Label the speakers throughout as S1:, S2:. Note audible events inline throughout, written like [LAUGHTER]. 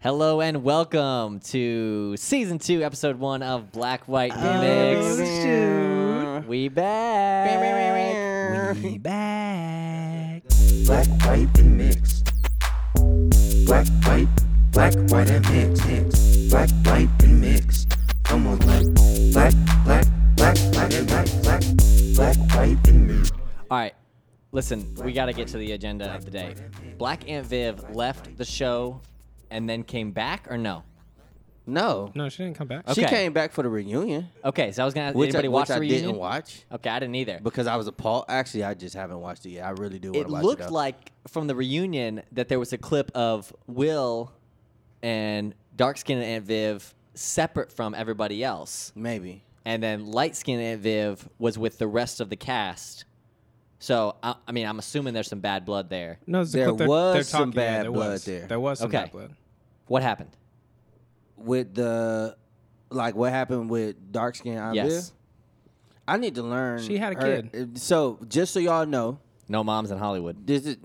S1: Hello and welcome to season two, episode one of Black White Gimmicks. we back.
S2: We back.
S3: Black, white, and mix. Black, white, black, white, and mix. mix. Black, white, and mix. Come on, black, black, black, black, black, and black, black, black, white, and mix.
S1: All right, listen, we got to get to the agenda of the day. Black Aunt Viv left the show and then came back, or no?
S4: No,
S2: No, she didn't come back.
S4: she
S1: Okay.
S4: came back for the reunion,
S1: Okay, so I was gonna.
S4: which
S1: anybody
S4: I,
S1: watch
S4: which
S1: the
S4: I
S1: reunion?
S4: didn't watch
S1: Okay, I didn't either.
S4: because I was appalled. Actually, I just haven't watched it yet. I really do want
S1: it
S4: to watch
S1: looked
S4: it. though.
S1: like from the reunion that there was a clip of Will and dark skinned Aunt Viv separate from everybody else.
S4: maybe.
S1: and then light skinned Aunt Viv was with the rest of the cast. So I, I mean, I'm assuming there's some bad blood there.
S2: No, it's the
S4: There
S2: clip that
S4: was
S2: they're
S4: some
S2: talking- yeah,
S4: bad
S2: there
S4: blood
S2: was.
S4: there.
S2: There was some
S1: Okay.
S2: bad blood.
S1: What happened?
S4: With the like, what happened with dark skin?
S1: Yes,
S4: I need to learn.
S2: She had a
S4: her- uh,
S2: kid.
S4: So just so y'all know,
S1: no moms in Hollywood.
S4: this is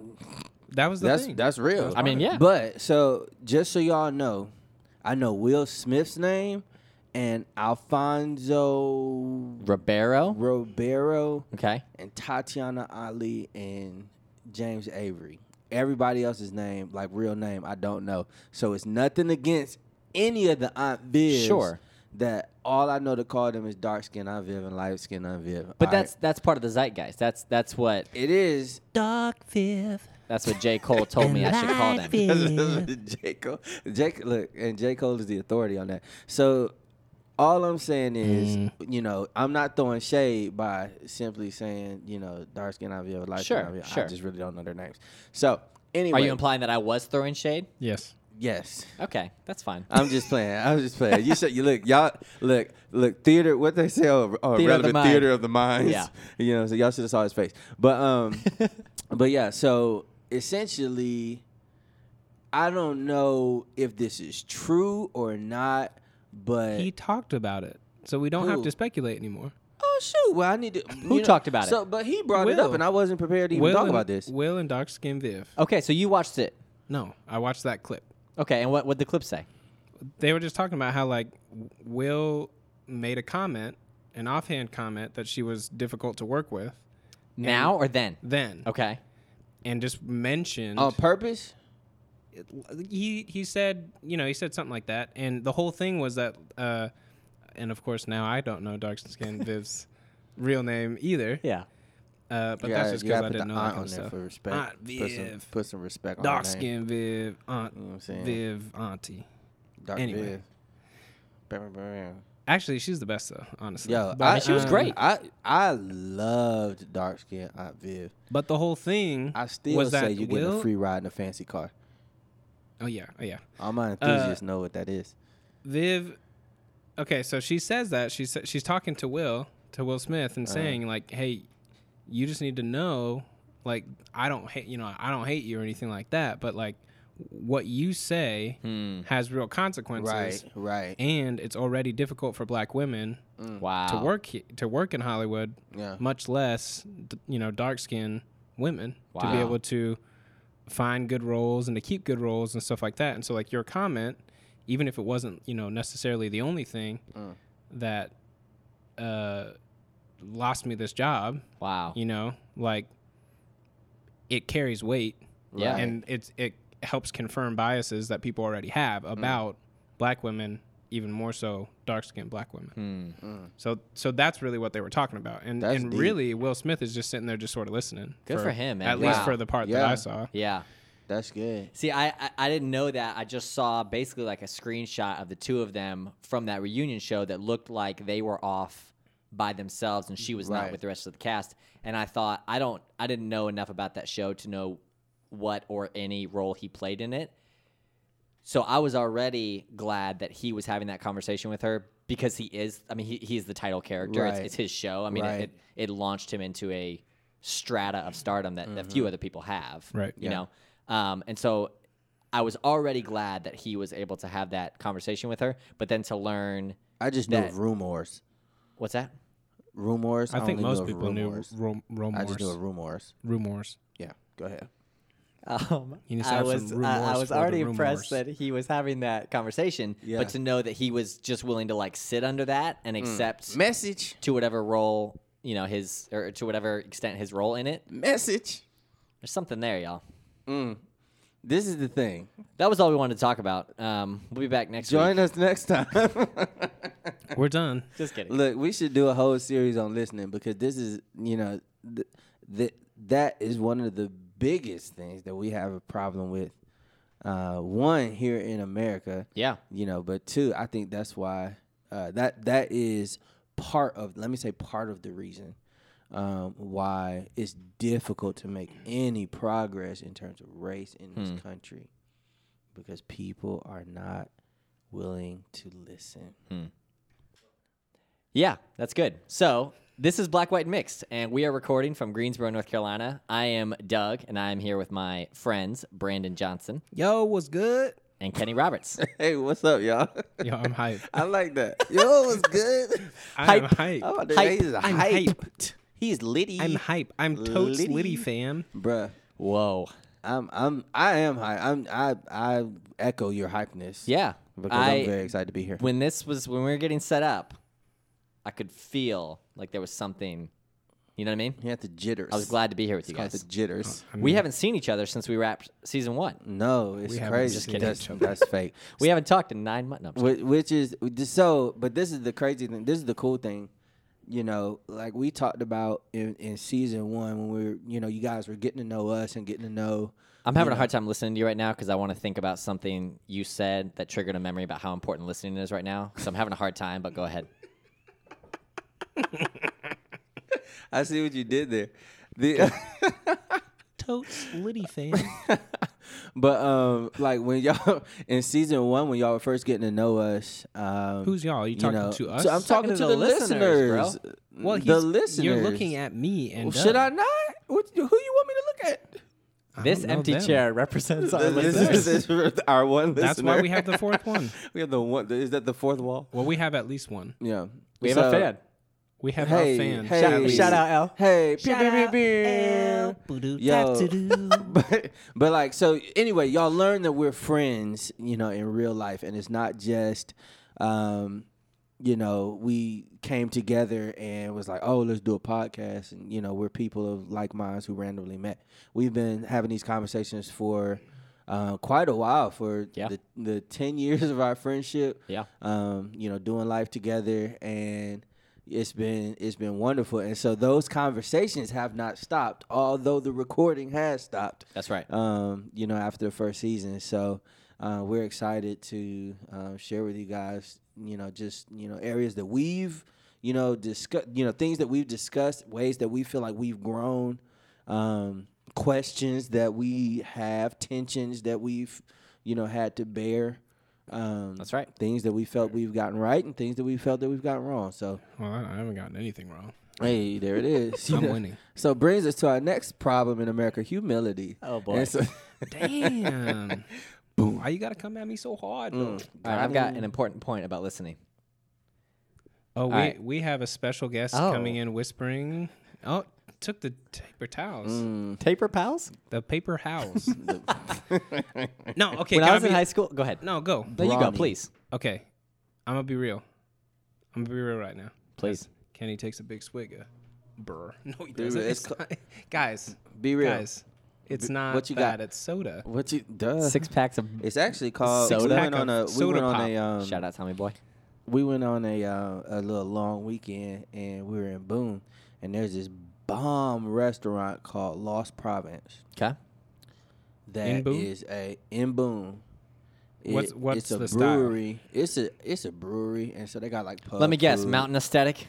S2: That was the
S4: that's
S2: thing.
S4: that's real.
S1: I mean, yeah.
S4: But so just so y'all know, I know Will Smith's name and Alfonso
S1: Ribeiro.
S4: Ribeiro.
S1: Okay.
S4: and Tatiana Ali and James Avery. Everybody else's name, like real name, I don't know. So it's nothing against any of the Aunt Vivs.
S1: Sure.
S4: That all I know to call them is dark skin Aunt Viv and light skin Aunt Viv.
S1: But
S4: All
S1: that's
S4: right.
S1: that's part of the zeitgeist. That's that's what
S4: it is.
S1: [LAUGHS]
S2: Dark Viv.
S1: that's what J Cole told me I should call them.
S4: [LAUGHS] J. Cole, J. Cole- look, and J. Cole is the authority on that. So all I'm saying is,
S1: Mm.
S4: you know, I'm not throwing shade by simply saying, you know, dark skin Aunt Viv, light
S1: Sure,
S4: skin Aunt Viv.
S1: sure.
S4: I just really don't know their names. So anyway,
S1: Are you implying that I was throwing shade?
S2: Yes.
S4: Yes.
S1: Okay, that's fine.
S4: I'm just playing. I'm just playing. You said you look, y'all look, look. Theater, what they say, oh,
S1: Theater
S4: oh,
S1: of the
S4: relevant
S1: mind.
S4: theater of the mind.
S1: Yeah.
S4: [LAUGHS] you know, so y'all should have saw his face. But
S2: [LAUGHS]
S4: um, but yeah. So essentially, I don't know if this is true or not. But
S2: He talked about it. So we don't have
S4: Who?
S2: to speculate anymore.
S4: oh shoot, well I need to.
S1: Who talked about it?
S4: So, but he brought it up,
S2: Will.
S4: and I wasn't prepared to even
S2: Will
S4: talk
S2: and,
S4: about this.
S2: Will and Dark Skin Viv.
S1: Okay, so you watched it.
S2: No, I watched that clip.
S1: Okay, and what would the clip say?
S2: They were just talking about how like W- Will made a comment, an offhand comment that she was difficult to work with.
S1: Now or then?
S2: Then
S1: Okay.
S2: and just mentioned
S4: On purpose?
S2: he he said you know he said something like that and the whole thing was that uh and of course now i don't know
S4: [LAUGHS]
S2: dark skin viv's real name either
S1: Yeah.
S2: uh but
S4: Yeah,
S2: that's just
S4: you
S2: because
S4: gotta
S2: i
S4: put
S2: didn't
S4: the
S2: know that
S4: aunt
S2: kind
S4: on
S2: of
S4: there
S2: stuff
S4: for respect.
S2: aunt
S4: Put some,
S2: viv
S4: put some respect on her
S2: dark
S4: name.
S2: skin viv aunt
S4: You know what I'm saying?
S2: viv auntie
S4: Dark
S2: Anyway.
S4: Viv. Bam, bam, bam.
S2: actually she's the best though honestly
S4: Yo,
S2: but,
S4: I,
S1: she was
S2: um,
S1: great.
S4: I I loved dark skin Aunt Viv.
S2: but the whole thing
S4: I still
S2: was
S4: say
S2: that
S4: you get
S2: will
S4: a free ride in a fancy car.
S2: oh yeah oh yeah
S4: All my enthusiasts know what that is.
S2: Viv. Okay, so she says that she's she's talking to Will to Will Smith and saying like, "Hey, you just need to know, like, I don't hate you know I don't hate you or anything like that, but like, what you say has real consequences,
S4: Right, right.
S2: and it's already difficult for Black women
S1: Wow.
S2: to work he- to work in Hollywood,
S4: Yeah.
S2: much less d- you know dark skinned women to be
S1: Wow.
S2: able to find good roles and to keep good roles and stuff like that. And so like your comment, even if it wasn't you know necessarily the only thing
S1: Mm.
S2: that uh, lost me this job,
S1: Wow.
S2: you know, like it carries weight,
S1: Yeah.
S2: and it's it helps confirm biases that people already have
S1: Mm.
S2: about black women. Even more so, dark-skinned black women.
S1: Hmm.
S2: So so that's really what they were talking about. And
S4: That's
S2: and
S4: deep.
S2: really Will Smith is just sitting there just sort of listening.
S1: Good for him, man.
S2: At least
S1: Wow.
S2: for the part that
S4: Yeah.
S2: I saw.
S1: Yeah.
S4: That's good.
S1: See, I, I I didn't know that. I just saw basically like a screenshot of the two of them from that reunion show that looked like they were off by themselves and she was not
S4: Right.
S1: with the rest of the cast. And I thought I don't I didn't know enough about that show to know what or any role he played in it. So I was already glad that he was having that conversation with her because he is I mean he he's the title character. It's,
S4: Right.
S1: it's his show. I mean
S4: Right.
S1: it, it it launched him into a strata of stardom that, that few other people have
S2: Right.
S1: you know um, and so i was already glad that he was able to have that conversation with her but then to learn
S4: I just knew
S1: That-
S4: of rumors.
S1: what's that
S4: Rumors.
S2: I think
S4: only
S2: most
S4: knew of
S2: people knew
S4: rumors.
S2: rum-
S4: I just knew of
S2: rumors.
S4: rumors.
S2: Rumors.
S4: Yeah. Go ahead.
S1: Um,
S2: [LAUGHS] You need to
S1: I
S2: have some
S1: was I, I
S2: remorse
S1: was
S2: for the
S1: already impressed
S2: remorse.
S1: that he was having that conversation,
S4: Yeah.
S1: but to know that he was just willing to like sit under that and accept
S4: Message.
S1: to whatever role you know his or to whatever extent his role in it.
S4: Message.
S1: There's something there, y'all.
S4: This is the thing.
S1: That was all we wanted to talk about. Um, we'll be back next
S4: Join
S1: week.
S4: us next time. [LAUGHS]
S2: We're done.
S1: Just kidding.
S4: Look, we should do a whole series on listening because this is, you know, th- th- that is one of the biggest things that we have a problem with. Uh, one here in America,
S1: Yeah.
S4: you know, but two, I think that's why uh, that that is part of. Let me say part of the reason um, why it's difficult to make any progress in terms of race in this country because people are not willing to listen.
S1: Yeah, that's good. So this is Black, White, and Mixed, and we are recording from Greensboro, North Carolina. I am Doug, and I am here with my friends Brandon Johnson
S4: [LAUGHS] Yo, what's good?
S1: and Kenny
S4: [LAUGHS]
S1: Roberts.
S4: Hey, what's up, y'all? [LAUGHS]
S2: Yo, I'm hype.
S4: I like that. Yo,
S1: [LAUGHS]
S4: what's good?
S2: I am
S1: Hype.
S2: hype.
S4: Oh, dude,
S1: Hype.
S4: he's
S2: I'm
S4: hype.
S2: hyped.
S1: He's litty.
S2: I'm hype. I'm totes
S4: Liddy.
S2: litty fam.
S4: Bruh,
S1: Whoa.
S4: I'm I'm I am hype. I'm I I echo your hypeness.
S1: Yeah.
S4: Because I, am
S1: I
S4: very excited to be here.
S1: when this was when we were getting set up, I could feel like there was something. You know what I mean?
S4: You have the jitters.
S1: I was glad to be here with you
S4: it's called the Mm.
S1: guys. Oh,
S4: jitters.
S1: We haven't seen each other since we wrapped season one.
S4: No, it's
S2: We haven't
S4: crazy.
S2: just kidding.
S4: That's,
S1: [LAUGHS]
S4: that's fake.
S1: We haven't talked in nine months. No, I'm just
S4: Wh- Which is so, but this is the crazy thing. This is the cool thing, you know. Like we talked about in, in season one when we were, you know, you guys were getting to know us and getting to know.
S1: I'm having a hard time listening to you right now because I want to think about something you said that triggered a memory about how important listening is right now. So I'm having a hard time, but go ahead.
S4: I see what you did there. [LAUGHS] The,
S2: Totes litty fam.
S4: but um, like when y'all [LAUGHS] in season one when y'all were first getting to know us, um,
S2: [LAUGHS] Who's y'all? You talking
S4: know,
S2: to us?
S4: So I'm talking, to, the, listeners. Mm,
S1: bro.
S2: well,
S4: the
S2: he's-
S4: listeners.
S2: You're looking at me and uh,
S4: Should I not? What, who you want me to look at?
S1: This empty chair represents our listeners.
S4: This is [LAUGHS] our one listener.
S2: That's why we have the fourth one. [LAUGHS]
S4: we have the one. Is that the fourth wall?
S2: Well, we have at least one.
S4: Yeah.
S1: We have a
S4: So-
S1: fan.
S2: We have
S4: Hey,
S2: our fans.
S4: hey,
S2: at least.
S1: shout out, Al.
S4: Hey, pew, pew, pew, pew. [LAUGHS] Yo, but, but like so. Anyway, y'all learn that we're friends, you know, in real life, and it's not just, um, you know, we came together and was like, oh, let's do a podcast, and you know, we're people of like minds who randomly met. We've been having these conversations for. Uh, quite a while for
S1: Yeah.
S4: the, the 10 years of our friendship
S1: Yeah.
S4: um, you know, doing life together, and it's been it's been wonderful. And so those conversations have not stopped, although the recording has stopped.
S1: That's right.
S4: Um, you know, after the first season, so uh, we're excited to um, share with you guys, you know, just you know areas that we've you know discuss, you know, things that we've discussed, ways that we feel like we've grown. Um, questions that we have tensions that we've you know had to bear um,
S1: That's right.
S4: Things that we felt we've gotten right and things that we felt that we've gotten wrong. So,
S2: Well, I I haven't gotten anything wrong.
S4: hey, there it is. [LAUGHS]
S2: I'm winning.
S4: So brings us to our next problem in America: humility.
S1: Oh, boy.
S4: And so-
S2: [LAUGHS]
S4: [LAUGHS]
S2: Damn. Boom. Why you gotta come at me so hard? though?
S1: All right, I've got an important point about listening.
S2: Oh, we,
S1: right.
S2: we have a special guest
S1: Oh.
S2: coming in whispering. Oh, took the paper towels.
S4: Mm.
S1: Taper pals?
S2: The paper house. [LAUGHS] no, okay.
S1: When
S2: can
S1: I was
S2: be-
S1: in high school, go ahead.
S2: No, go.
S1: There you go,
S4: Brawny.
S1: please.
S2: Okay. I'm gonna be real. I'm gonna be real right now.
S1: Please.
S2: Kenny takes a big swig of brr. [LAUGHS] No, he doesn't.
S4: real.
S2: It's not- [LAUGHS] guys,
S4: Be real.
S2: guys, it's not
S4: what you
S2: that.
S4: got?
S2: It's soda.
S4: What you? Duh.
S1: Six packs of.
S4: It's actually called.
S1: Soda?
S4: We went
S2: Pack
S4: on a.
S2: of
S4: We
S2: soda
S4: went on a. Um,
S1: Shout out, Tommy Boy.
S4: we went on a uh, a little long weekend and we were in Boone and there's this bomb restaurant called Lost Province
S1: Okay.
S4: that is
S2: In Boone?
S4: a in Boone.
S2: What's- what's
S4: it's a
S2: the style?
S4: brewery. It's a it's a brewery and so they got like pub
S1: Let me guess.
S4: Uh, food.
S1: Mountain aesthetic.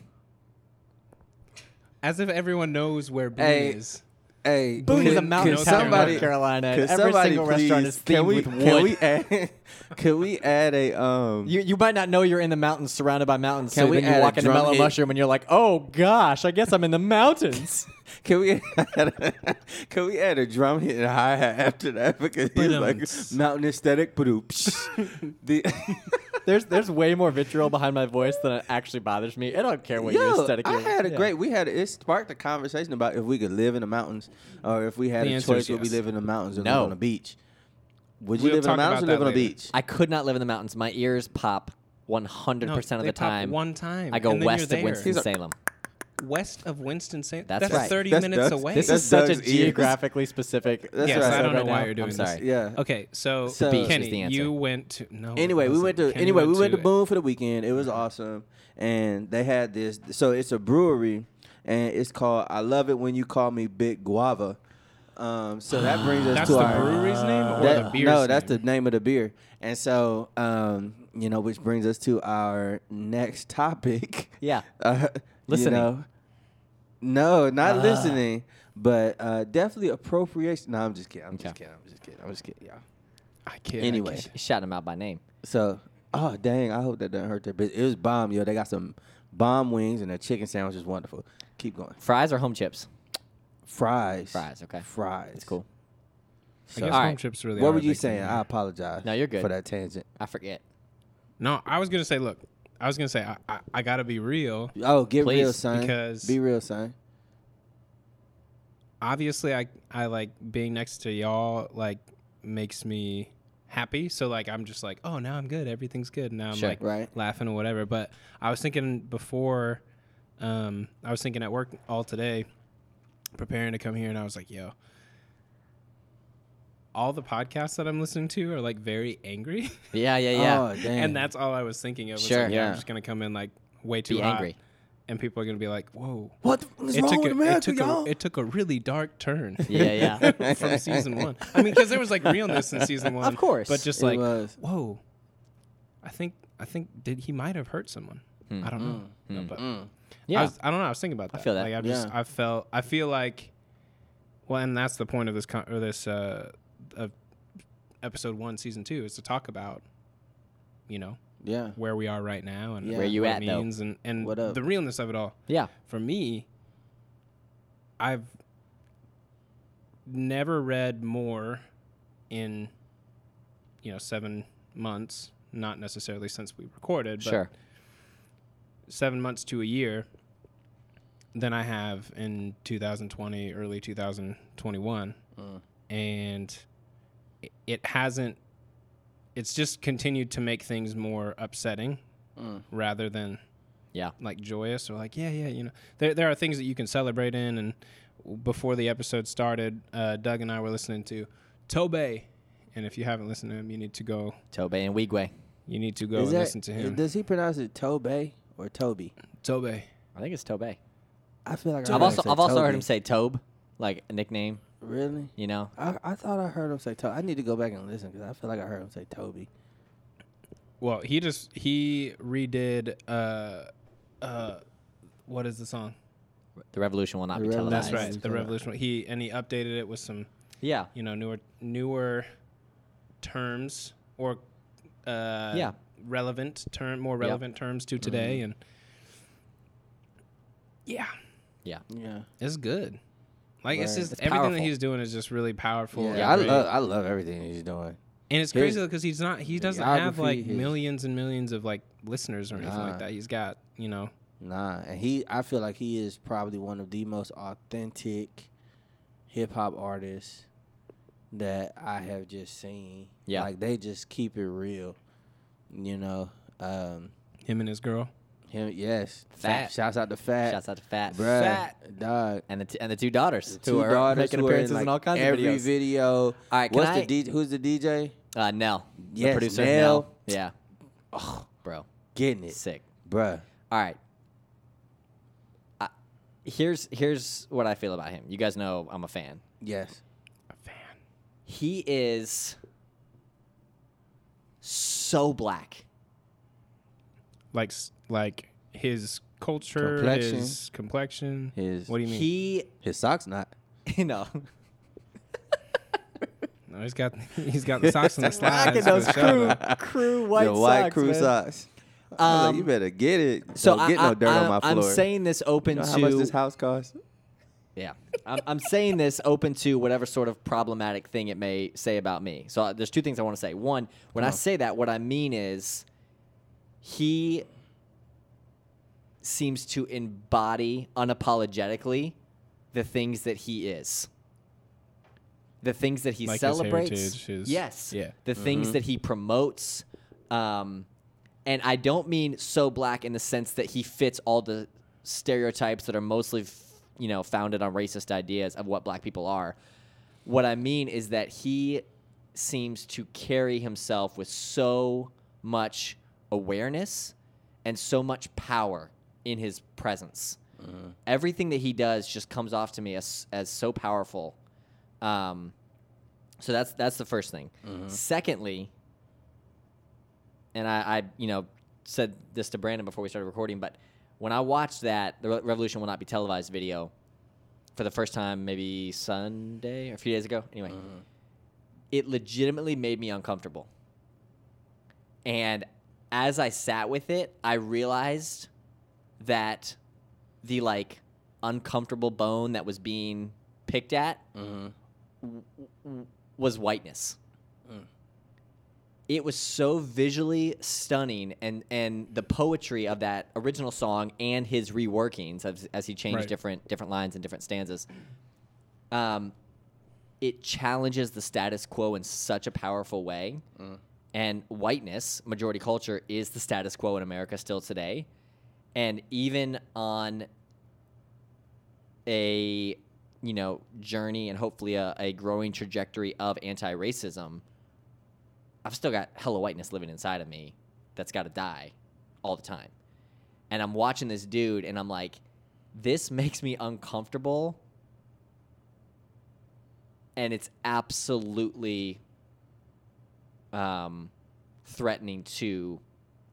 S2: As if everyone knows where Boone
S4: Hey,
S2: is.
S4: Hey,
S1: Boone is
S4: could-
S1: a mountain
S4: could
S1: town in
S4: somebody-
S1: North Carolina. and
S4: could
S1: Every
S4: somebody
S1: single restaurant
S4: please-
S1: is
S4: can
S1: themed
S4: we,
S1: with
S4: Can
S1: wood.
S4: we add? [LAUGHS] Can we add a um?
S1: You, you might not know you're in the mountains surrounded by mountains.
S4: Can
S1: so
S4: we
S1: then
S4: add
S1: you
S4: a
S1: walk into
S4: drum
S1: Mellow
S4: hit?
S1: Mushroom and you're like, oh gosh, I guess I'm in the
S4: [LAUGHS]
S1: mountains.
S4: Can we add a, can we add a drum hit and hi hat after that because he's like
S2: Ba-dums. [LAUGHS]
S4: mountain aesthetic? ba-doop, psh. [LAUGHS] the
S1: there's there's way more vitriol behind my voice than it actually bothers me. I don't care what you
S4: Yo,
S1: aesthetically.
S4: I had a
S1: yeah.
S4: great. We had it sparked a conversation about if we could live in the mountains, or if we had
S2: The
S4: a
S2: answer
S4: choice,
S2: is
S4: would we
S2: yes.
S4: live in the mountains or
S1: No.
S4: live on a beach? Would you live
S2: We'll
S4: in the
S2: talk about
S4: mountains or live
S2: that
S4: on a
S2: later.
S4: beach?
S1: I could not live in the mountains. My ears pop 100
S2: No,
S1: percent of
S2: they
S1: the
S2: pop
S1: time.
S2: One time.
S1: I go
S2: and then you're
S1: west of
S2: there.
S1: Winston Salem.
S2: West of Winston Salem.
S1: That's
S2: That's,
S1: right.
S2: thirty
S4: That's
S2: minutes
S4: Doug's-
S2: away.
S1: This
S4: That's
S1: is such a
S4: Doug's ears.
S1: geographic geographically specific.
S4: That's
S2: yes,
S4: right.
S2: I don't
S1: right
S2: know why
S1: now.
S2: you're doing
S1: I'm sorry.
S2: this.
S4: Yeah.
S2: Okay, so
S4: So- The beach is
S2: Kenny,
S1: the answer.
S2: you went to no. it
S4: Anyway, we
S2: wasn't.
S4: went to
S2: Kenny
S4: anyway we went to
S2: it.
S4: Boone for the weekend. It was awesome, and they had this. So it's a brewery, and it's called I love it when you call me Big Guava. Um, so
S2: [GASPS]
S4: that brings us
S2: That's
S4: to
S2: the
S4: our
S2: brewery's name or
S4: that-
S2: the beer's
S4: no, that's the
S2: name?
S4: name of the beer. And so um, you know, which brings us to our next topic.
S1: [LAUGHS]
S4: [LAUGHS]
S1: Yeah.
S4: uh,
S1: Listening. Uh.
S4: You know, no, not listening, but uh, definitely appropriation. No, I'm just kidding. I'm just
S1: Okay.
S4: kidding. I'm just kidding. I'm just kidding, y'all.
S2: I can't.
S4: Anyway.
S1: Sh- Shouting them out by name.
S4: So, oh dang, I hope that doesn't hurt their business. It was bomb, yo. They got some bomb wings and their chicken sandwich is wonderful. Keep going.
S1: Fries or home chips?
S4: Fries.
S1: Fries, okay.
S4: Fries.
S1: That's cool.
S2: I guess
S1: All
S2: home
S1: right.
S2: trips really.
S4: what
S2: are
S4: were
S2: a
S4: you
S2: big thing
S4: saying?
S2: there.
S4: I apologize.
S1: No, you're good.
S4: for that tangent.
S1: I forget.
S2: No, I was gonna say. Look, I was gonna say I I, I gotta be real.
S4: Oh, get real,
S1: Please,
S4: son.
S2: because-
S4: be real, son.
S2: Obviously, I I like being next to y'all. Like makes me happy. So like I'm just like oh now I'm good. Everything's good. Now I'm
S1: Sure.
S2: like
S4: Right.
S2: laughing or whatever. But I was thinking before. Um, I was thinking at work all today, preparing to come here, and I was like, yo. All the podcasts that I'm listening to are like very angry. [LAUGHS]
S1: Yeah, yeah, yeah.
S4: Oh, dang.
S2: And that's all I was thinking of. Was
S1: Sure.
S2: like, yeah.
S4: Yeah.
S2: I'm just gonna come in like way too
S1: Be
S2: hot,
S1: angry.
S2: and people are gonna be like, "Whoa,
S4: what the f- is
S2: it
S4: wrong
S2: took
S4: with
S2: a,
S4: America,
S2: it took
S4: y'all?
S2: a it took a really dark turn."
S1: [LAUGHS] Yeah,
S4: [LAUGHS]
S1: yeah.
S2: [LAUGHS] from season one. I mean, because there was like realness in season one,
S1: Of course.
S2: but just
S4: It
S2: like,
S4: was.
S2: whoa, I think I think did he might have hurt someone. I don't know, Hmm. No,
S4: Mm,
S2: but
S1: Yeah.
S2: I, was, I don't know. I was thinking about that.
S1: Hmm. feel that.
S2: Like I
S4: Yeah.
S2: just I felt I feel like, well, and that's the point of this con- or this uh, of episode one, season two, is to talk about, you know,
S4: yeah.
S2: where we are right now and
S4: Yeah.
S1: Where you
S2: what
S1: at,
S2: it
S1: though?
S2: means and, and
S4: What up?
S2: the realness of it all.
S1: yeah.
S2: For me, I've never read more in you know seven months, not necessarily since we recorded, but
S1: Sure.
S2: seven months to a year than I have in 2020, early 2021.
S4: Mm.
S2: And i- it hasn't, it's just continued to make things more upsetting
S4: Mm.
S2: rather than
S1: Yeah.
S2: like joyous or like, yeah, yeah, you know. There, there are things that you can celebrate in. And before the episode started, uh, Doug and I were listening to Tobey. And if you haven't listened to him, you need to go.
S1: Tobey and Wigwe.
S2: You need to go
S4: Is
S2: and
S4: that-
S2: listen to him.
S4: Does he pronounce it Tobey or Toby?
S2: Tobey.
S1: I think it's Tobey.
S4: I feel like I
S1: I've
S4: heard
S1: also
S4: him say
S1: I've also heard
S4: Toby.
S1: him say Tobe, like a nickname.
S4: Really?
S1: You know.
S4: I, I thought I heard him say Toby. I need to go back and listen because I feel like I heard him say Toby.
S2: Well, he just he redid uh uh what is the song?
S1: The revolution will not be
S4: The revolution-
S1: televised.
S2: That's
S4: Nice.
S2: right, the revolution. He and he updated it with some
S1: Yeah.
S2: you know newer newer terms or uh
S1: Yeah.
S2: relevant term more relevant terms to today
S4: Mm-hmm.
S2: and yeah
S1: Yeah.
S4: Yeah.
S2: it's good like it's
S4: Right.
S2: just
S1: It's
S2: everything that
S1: powerful.
S2: he's doing is just really powerful
S4: Yeah,
S2: and
S4: I
S2: great.
S4: love I love everything he's doing.
S2: And it's
S4: His
S2: crazy because he's not he doesn't have
S4: geography,
S2: like
S4: his-
S2: millions and millions of like listeners or anything
S4: Nah.
S2: like that. He's got, you know,
S4: Nah, and he I feel like he is probably one of the most authentic hip hop artists that I have just seen.
S1: Yeah.
S4: Like they just keep it real. You know. Um
S2: him and his girl.
S4: him yes.
S1: Fat.
S4: Shouts out to Fat.
S1: Shouts out to Fat.
S4: Bruh,
S1: Fat.
S4: Dog.
S1: And the t- and the two daughters
S4: Two
S1: who are
S4: daughters
S1: making
S4: who are in,
S1: appearances in,
S4: like,
S1: all kinds
S4: every
S1: of videos.
S4: video. All
S1: right, can
S4: What's
S1: I-
S4: the D- who's the DJ?
S1: Uh, Nell.
S4: Yes,
S1: the producer
S4: Nell.
S1: Nell. Yeah. bro,
S4: Getting it.
S1: sick.
S4: Bruh.
S1: All right. I- Here's here's what I feel about him. You guys know I'm a fan.
S4: Yes.
S2: A fan.
S1: He is so black.
S2: Like s- like his culture,
S4: Complexion.
S2: his complexion.
S4: His-
S2: what do you mean?
S1: He, [LAUGHS]
S4: His socks not.
S1: you know,
S2: no, he's got [LAUGHS] he's got
S1: [LAUGHS]
S2: the socks and the slides.
S1: black in
S2: for
S1: those
S2: the show,
S1: crew
S2: though.
S1: crew white
S4: the white
S1: socks,
S4: crew
S1: man.
S4: socks. I was like,
S1: Um,
S4: you better get it.
S1: So
S4: Don't
S1: I,
S4: get no dirt
S1: I,
S4: on my
S1: I'm-
S4: floor.
S1: I'm saying this
S4: You
S1: open
S4: know
S1: to
S4: how much this house costs?
S1: Yeah. I'm, I'm saying this open to whatever sort of problematic thing it may say about me. So uh, there's two things I want to say. One, when I say that, what I mean is he seems to embody unapologetically the things that he is. The things that he
S2: Like his
S1: celebrates.
S2: heritage, his-
S1: yes.
S2: yeah.
S1: The things that he promotes. Um, and I don't mean so black in the sense that he fits all the stereotypes that are mostly, f- you know, founded on racist ideas of what black people are. What I mean is that he seems to carry himself with so much awareness and so much power in his presence. Everything that he does just comes off to me as, as so powerful. Um, so that's that's the first thing. Secondly, and I, I, you know, said this to Brandon before we started recording, but when I watched that, the Re- Revolution Will Not Be Televised video for the first time, maybe Sunday or a few days ago, anyway, it legitimately made me uncomfortable. And as I sat with it, I realized that the like uncomfortable bone that was being picked at w- w- was whiteness it was so visually stunning and and the poetry of that original song and his reworkings as, as he changed
S2: Right.
S1: different different lines and different stanzas um it challenges the status quo in such a powerful way and whiteness majority culture is the status quo in america still today and even on a you know journey and hopefully a, a growing trajectory of anti-racism I've still got hella whiteness living inside of me that's got to die all the time. And I'm watching this dude and I'm like, this makes me uncomfortable. And it's absolutely um, threatening to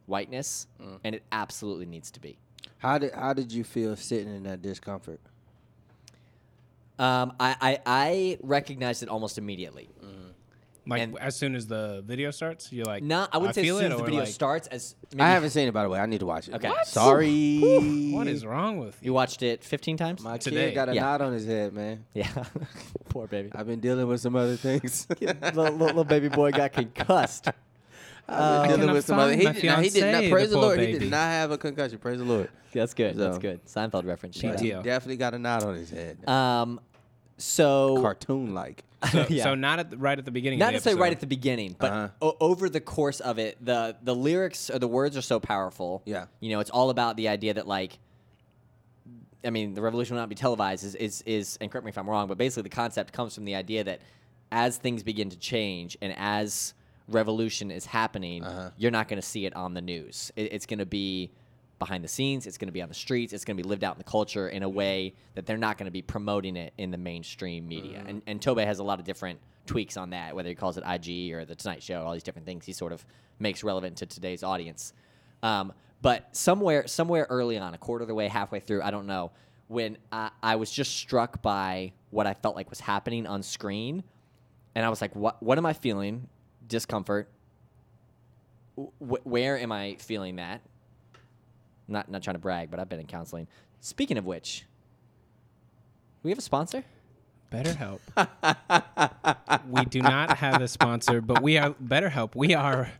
S1: whiteness. And it absolutely needs to be.
S4: How did how did you feel sitting in that discomfort?
S1: Um, I, I, I recognized it almost immediately.
S2: Like
S1: And-
S2: as soon as the video starts, you're like,
S1: Not, I would say as
S2: feel
S1: soon
S2: it,"
S1: as the
S2: or
S1: video
S2: like,
S1: starts, as maybe
S4: I haven't seen it by the way. I need to watch it.
S1: Okay. What?
S4: Sorry.
S2: What is wrong with
S1: [LAUGHS]
S2: you?
S1: you watched it 15 times.
S4: my
S2: Today.
S4: kid got a
S1: Yeah.
S4: knot on his head, man.
S1: [LAUGHS] yeah, [LAUGHS] poor baby.
S4: I've been dealing with some other [LAUGHS] things.
S1: [LAUGHS] little, little- little baby boy got concussed. Uh,
S4: I've been dealing
S2: cannot
S4: with some other.
S2: find
S4: He
S2: my
S4: did, not, he did
S2: fiancé,
S4: not.
S2: the
S4: Praise the,
S2: poor
S4: Lord. He
S2: baby.
S4: did not have a concussion. Praise the Lord.
S1: [LAUGHS] That's good. That's
S4: So-
S1: good. Seinfeld reference. shout out.
S4: He
S2: Yeah.
S4: definitely got a knot on his head.
S1: Um, so
S4: Cartoon like.
S2: So,
S1: [LAUGHS] yeah.
S2: so not at the, right at the beginning.
S1: not
S2: of the
S1: necessarily right at
S2: episode.
S1: the beginning, but
S4: Uh-huh.
S1: o- over the course of it, the the lyrics or the words are so powerful.
S4: Yeah.
S1: you know, it's all about the idea that like, I mean, the revolution will not be televised is is is, and correct me if I'm wrong, but basically the concept comes from the idea that as things begin to change and as revolution is happening, you're not going to see it on the news. It, it's going to be behind the scenes. It's going to be on the streets. It's going to be lived out in the culture in a way that they're not going to be promoting it in the mainstream media. And and Tobey has a lot of different tweaks on that, whether he calls it IG or the Tonight Show, all these different things he sort of makes relevant to today's audience. Um, but somewhere somewhere early on, a quarter of the way, halfway through, I don't know, when I, I was just struck by what I felt like was happening on screen, and I was like, what What am I feeling? Discomfort. Wh- where am I feeling that? Not not trying to brag, but I've been in counseling. Speaking of which, we have a sponsor.
S2: BetterHelp.
S1: [LAUGHS]
S2: we do not have a sponsor, but we are BetterHelp. We are.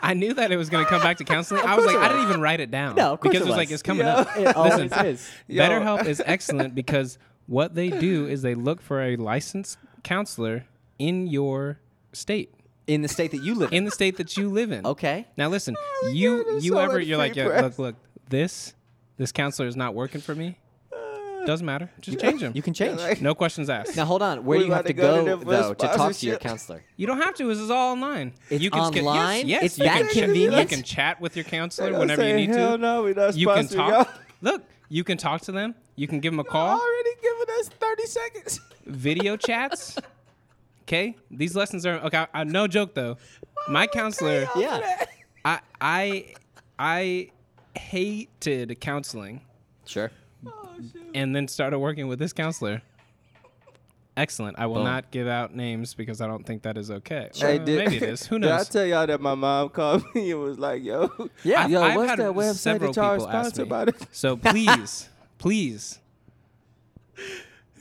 S2: I knew that it was going to come back to counseling. I was like, I didn't even write it down.
S1: No, of course
S2: because
S1: it
S2: it was like
S1: was.
S2: it's coming
S1: Yeah,
S2: up.
S1: it always
S2: Listen,
S1: is.
S2: BetterHelp is excellent because what they do is they look for a licensed counselor in your state,
S1: in the state that you live in.
S2: in the state that you live in.
S1: Okay. Oh
S2: Now listen,
S4: my
S2: you
S4: God, it's
S2: you
S4: so
S2: ever
S4: much
S2: you're like,
S4: free
S2: yeah,
S4: press."
S2: look, look, this this counselor is not working for me. Doesn't matter. Just change him.
S1: Uh, You can [LAUGHS] change.
S2: [LAUGHS] No questions asked.
S1: Now hold on. Where do
S4: We
S1: you have
S4: about
S1: to
S4: to go
S1: go,
S4: to them for
S1: though to talk to your
S4: sponsorship.
S1: counselor?
S2: You don't have to. This is all online.
S1: It's
S2: you can sch- yes,
S1: online?
S2: yes,
S1: It's
S2: you
S1: that
S2: can ch- You
S1: convenient?
S2: can chat with your
S4: They
S2: counselor
S4: don't
S2: whenever you
S4: say,
S2: need
S4: Hell
S2: to.
S4: no, we not
S2: you can
S4: sponsoring
S2: talk.
S4: y'all."
S2: Look, you can talk to them. You can give them a call.
S4: Already giving us thirty seconds.
S2: Video chats. Okay, these lessons are okay. I, I, no joke though. My
S4: Oh,
S2: counselor.
S1: [LAUGHS] Yeah.
S2: I I I hated counseling
S1: Sure.
S2: and then started working with this counselor. Excellent. I will
S1: Boom.
S2: not give out names because I don't think that is okay.
S4: [LAUGHS] Hey,
S2: Uh,
S4: did-
S2: maybe it is.
S4: [LAUGHS]
S2: Who
S4: Did I
S2: knows?
S4: tell y'all that my mom called me and was like, "Yo,
S1: Yeah.
S4: yo,
S2: I've
S4: what's
S2: had
S4: that website
S2: several
S4: that y'all are
S2: people ask me.
S4: sponsored by?" [LAUGHS] The-
S2: So please, please,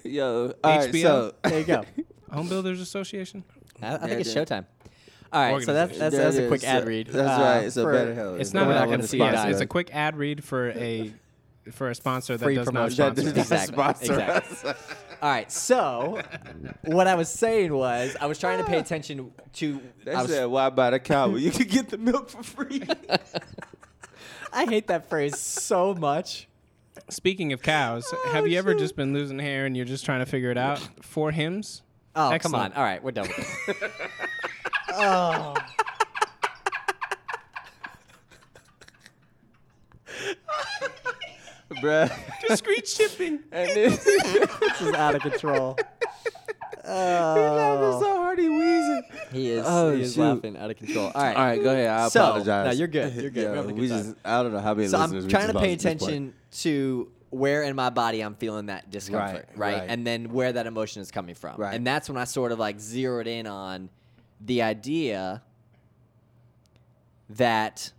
S4: yo, all right,
S2: HBO?
S4: so
S1: There you go. [LAUGHS]
S2: Home Builders Association.
S1: I, I
S4: Yeah,
S1: think it's
S4: dude.
S1: showtime. All right, so that's
S2: Organization.
S1: that's,
S4: There
S1: that's
S4: it
S1: a quick
S4: is.
S1: ad read.
S4: That's
S1: uh,
S4: right. So
S1: for-
S4: BetterHelp.
S2: It's
S4: We're
S2: not,
S1: not
S2: a,
S1: gonna
S2: it's-
S1: see
S2: yes,
S1: that.
S2: It's a quick ad read for a for a sponsor that
S1: Free
S2: does not
S1: promotion.
S4: [LAUGHS] That does
S2: sponsor. [LAUGHS]
S4: not
S2: us.
S1: Exactly.
S4: sponsor
S1: Exactly.
S4: us.
S1: All right, so what I was saying was I was trying to pay attention to.
S4: Ah. They
S1: I, was-
S4: said, "Why buy the cow? when You can get the milk for free."
S1: I hate that phrase so much.
S2: Speaking of cows, have you ever just been losing hair and you're just trying to figure it out? Four hymns.
S1: Oh, come on!
S2: Excellent.
S1: All right, we're done with this.
S4: [LAUGHS] [LAUGHS] Bruh.
S2: Discreet shipping.
S4: [LAUGHS] And then-
S1: this is out of control.
S4: I'm Oh, so hard he wheezing.
S1: He is.
S4: Oh,
S1: he is
S4: shoot.
S1: laughing out of control. All right.
S4: All right, go ahead. I
S1: So-
S4: apologize.
S1: no, you're
S4: [LAUGHS]
S1: good, you're good. We're having a
S4: we
S1: good
S4: just, I don't know how many
S1: So
S4: listeners
S1: I'm
S4: we
S1: trying
S4: just
S1: to pay
S4: lost at this point.
S1: attention to where in my body I'm feeling that discomfort, right,
S4: Right, right.
S1: And then where that emotion is coming from.
S4: Right.
S1: And that's when I sort of like zeroed in on the idea that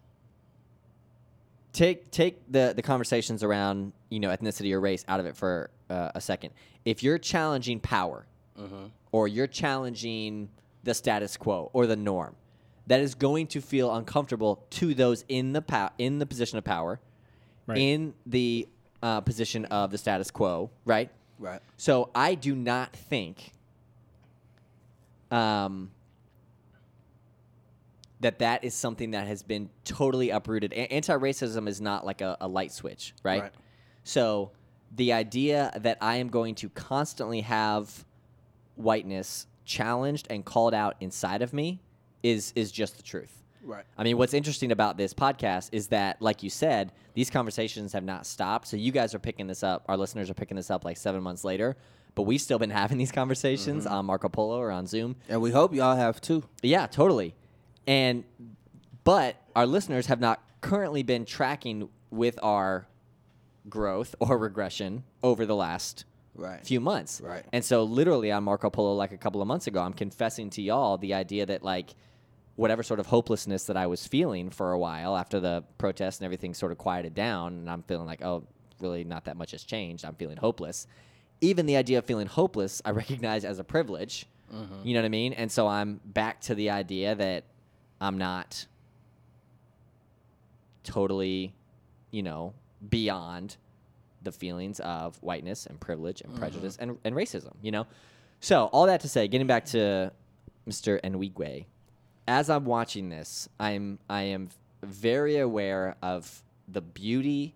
S1: take take the the conversations around, you know, ethnicity or race out of it for uh, a second. If you're challenging power, or you're challenging the status quo or the norm that is going to feel uncomfortable to those in the pow- in the position of power
S2: Right.
S1: in the uh, position of the status quo right
S4: Right.
S1: so i do not think um, that that is something that has been totally uprooted. A- anti-racism is not like a, a light switch, right?
S4: Right.
S1: So the idea that I am going to constantly have whiteness challenged and called out inside of me is is just the truth.
S4: Right.
S1: I mean, what's interesting about this podcast is that, like you said, these conversations have not stopped. So you guys are picking this up. Our listeners are picking this up like seven months later, but we've still been [LAUGHS] having these conversations on Marco Polo or on Zoom.
S4: And we hope y'all have too.
S1: Yeah, totally. And but our listeners have not currently been tracking with our growth or regression over the last
S4: Right.
S1: few months.
S4: Right.
S1: And so literally on Marco Polo like a couple of months ago, I'm confessing to y'all the idea that like whatever sort of hopelessness that I was feeling for a while after the protests and everything sort of quieted down and I'm feeling like, oh, really not that much has changed. I'm feeling hopeless. Even the idea of feeling hopeless, I [LAUGHS] recognize as a privilege.
S4: Mm-hmm.
S1: You know what I mean? And so I'm back to the idea that I'm not totally, you know, beyond the feelings of whiteness and privilege and prejudice and, and racism, you know? So, all that to say, getting back to Mr. Enwigwe, as I'm watching this, I'm I am very aware of the beauty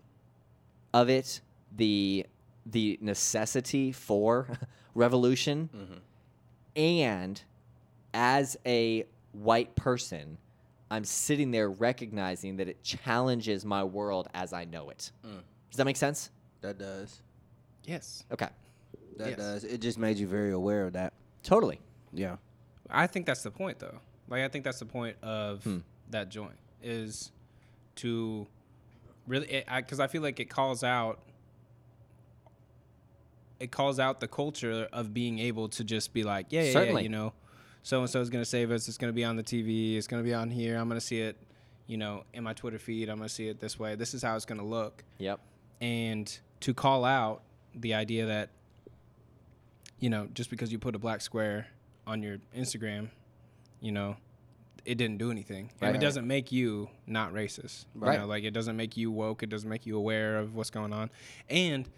S1: of it, the the necessity for [LAUGHS] revolution, and as a white person, I'm sitting there recognizing that it challenges my world as I know it. Does that make sense?
S4: That does.
S2: Yes.
S1: Okay.
S4: That
S2: Yes.
S4: does. It just made you very aware of that.
S1: Totally.
S4: Yeah.
S2: I think that's the point, though. Like, I think that's the point of that joint is to really, because I, feel like it calls out, it calls out the culture of being able to just be like, yeah, yeah, yeah
S1: Certainly.
S2: you know, so and so is gonna save us. It's gonna be on the TV. It's gonna be on here. I'm gonna see it, you know, in my Twitter feed. I'm gonna see it this way. This is how it's gonna look
S1: Yep.
S2: and to call out the idea that you know just because you put a black square on your instagram you know it didn't do anything
S1: Right.
S2: and it doesn't make you not racist you
S1: Right.
S2: know, like it doesn't make you woke it doesn't make you aware of what's going on and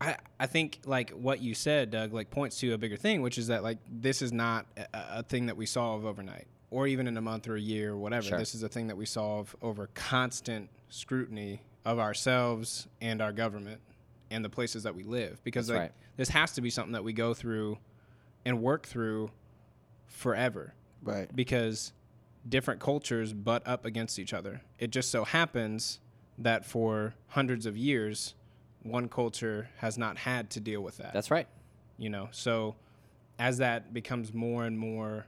S2: I, I think like what you said, Doug, like points to a bigger thing, which is that like this is not a, a thing that we solve overnight, or even in a month or a year or whatever.
S1: Sure.
S2: This is a thing that we solve over constant scrutiny of ourselves and our government and the places that we live, because
S1: That's
S2: like
S1: right.
S2: this has to be something that we go through and work through forever
S4: Right.
S2: because different cultures butt up against each other. It just so happens that for hundreds of years, one culture has not had to deal with that.
S1: That's right.
S2: you know, so as that becomes more and more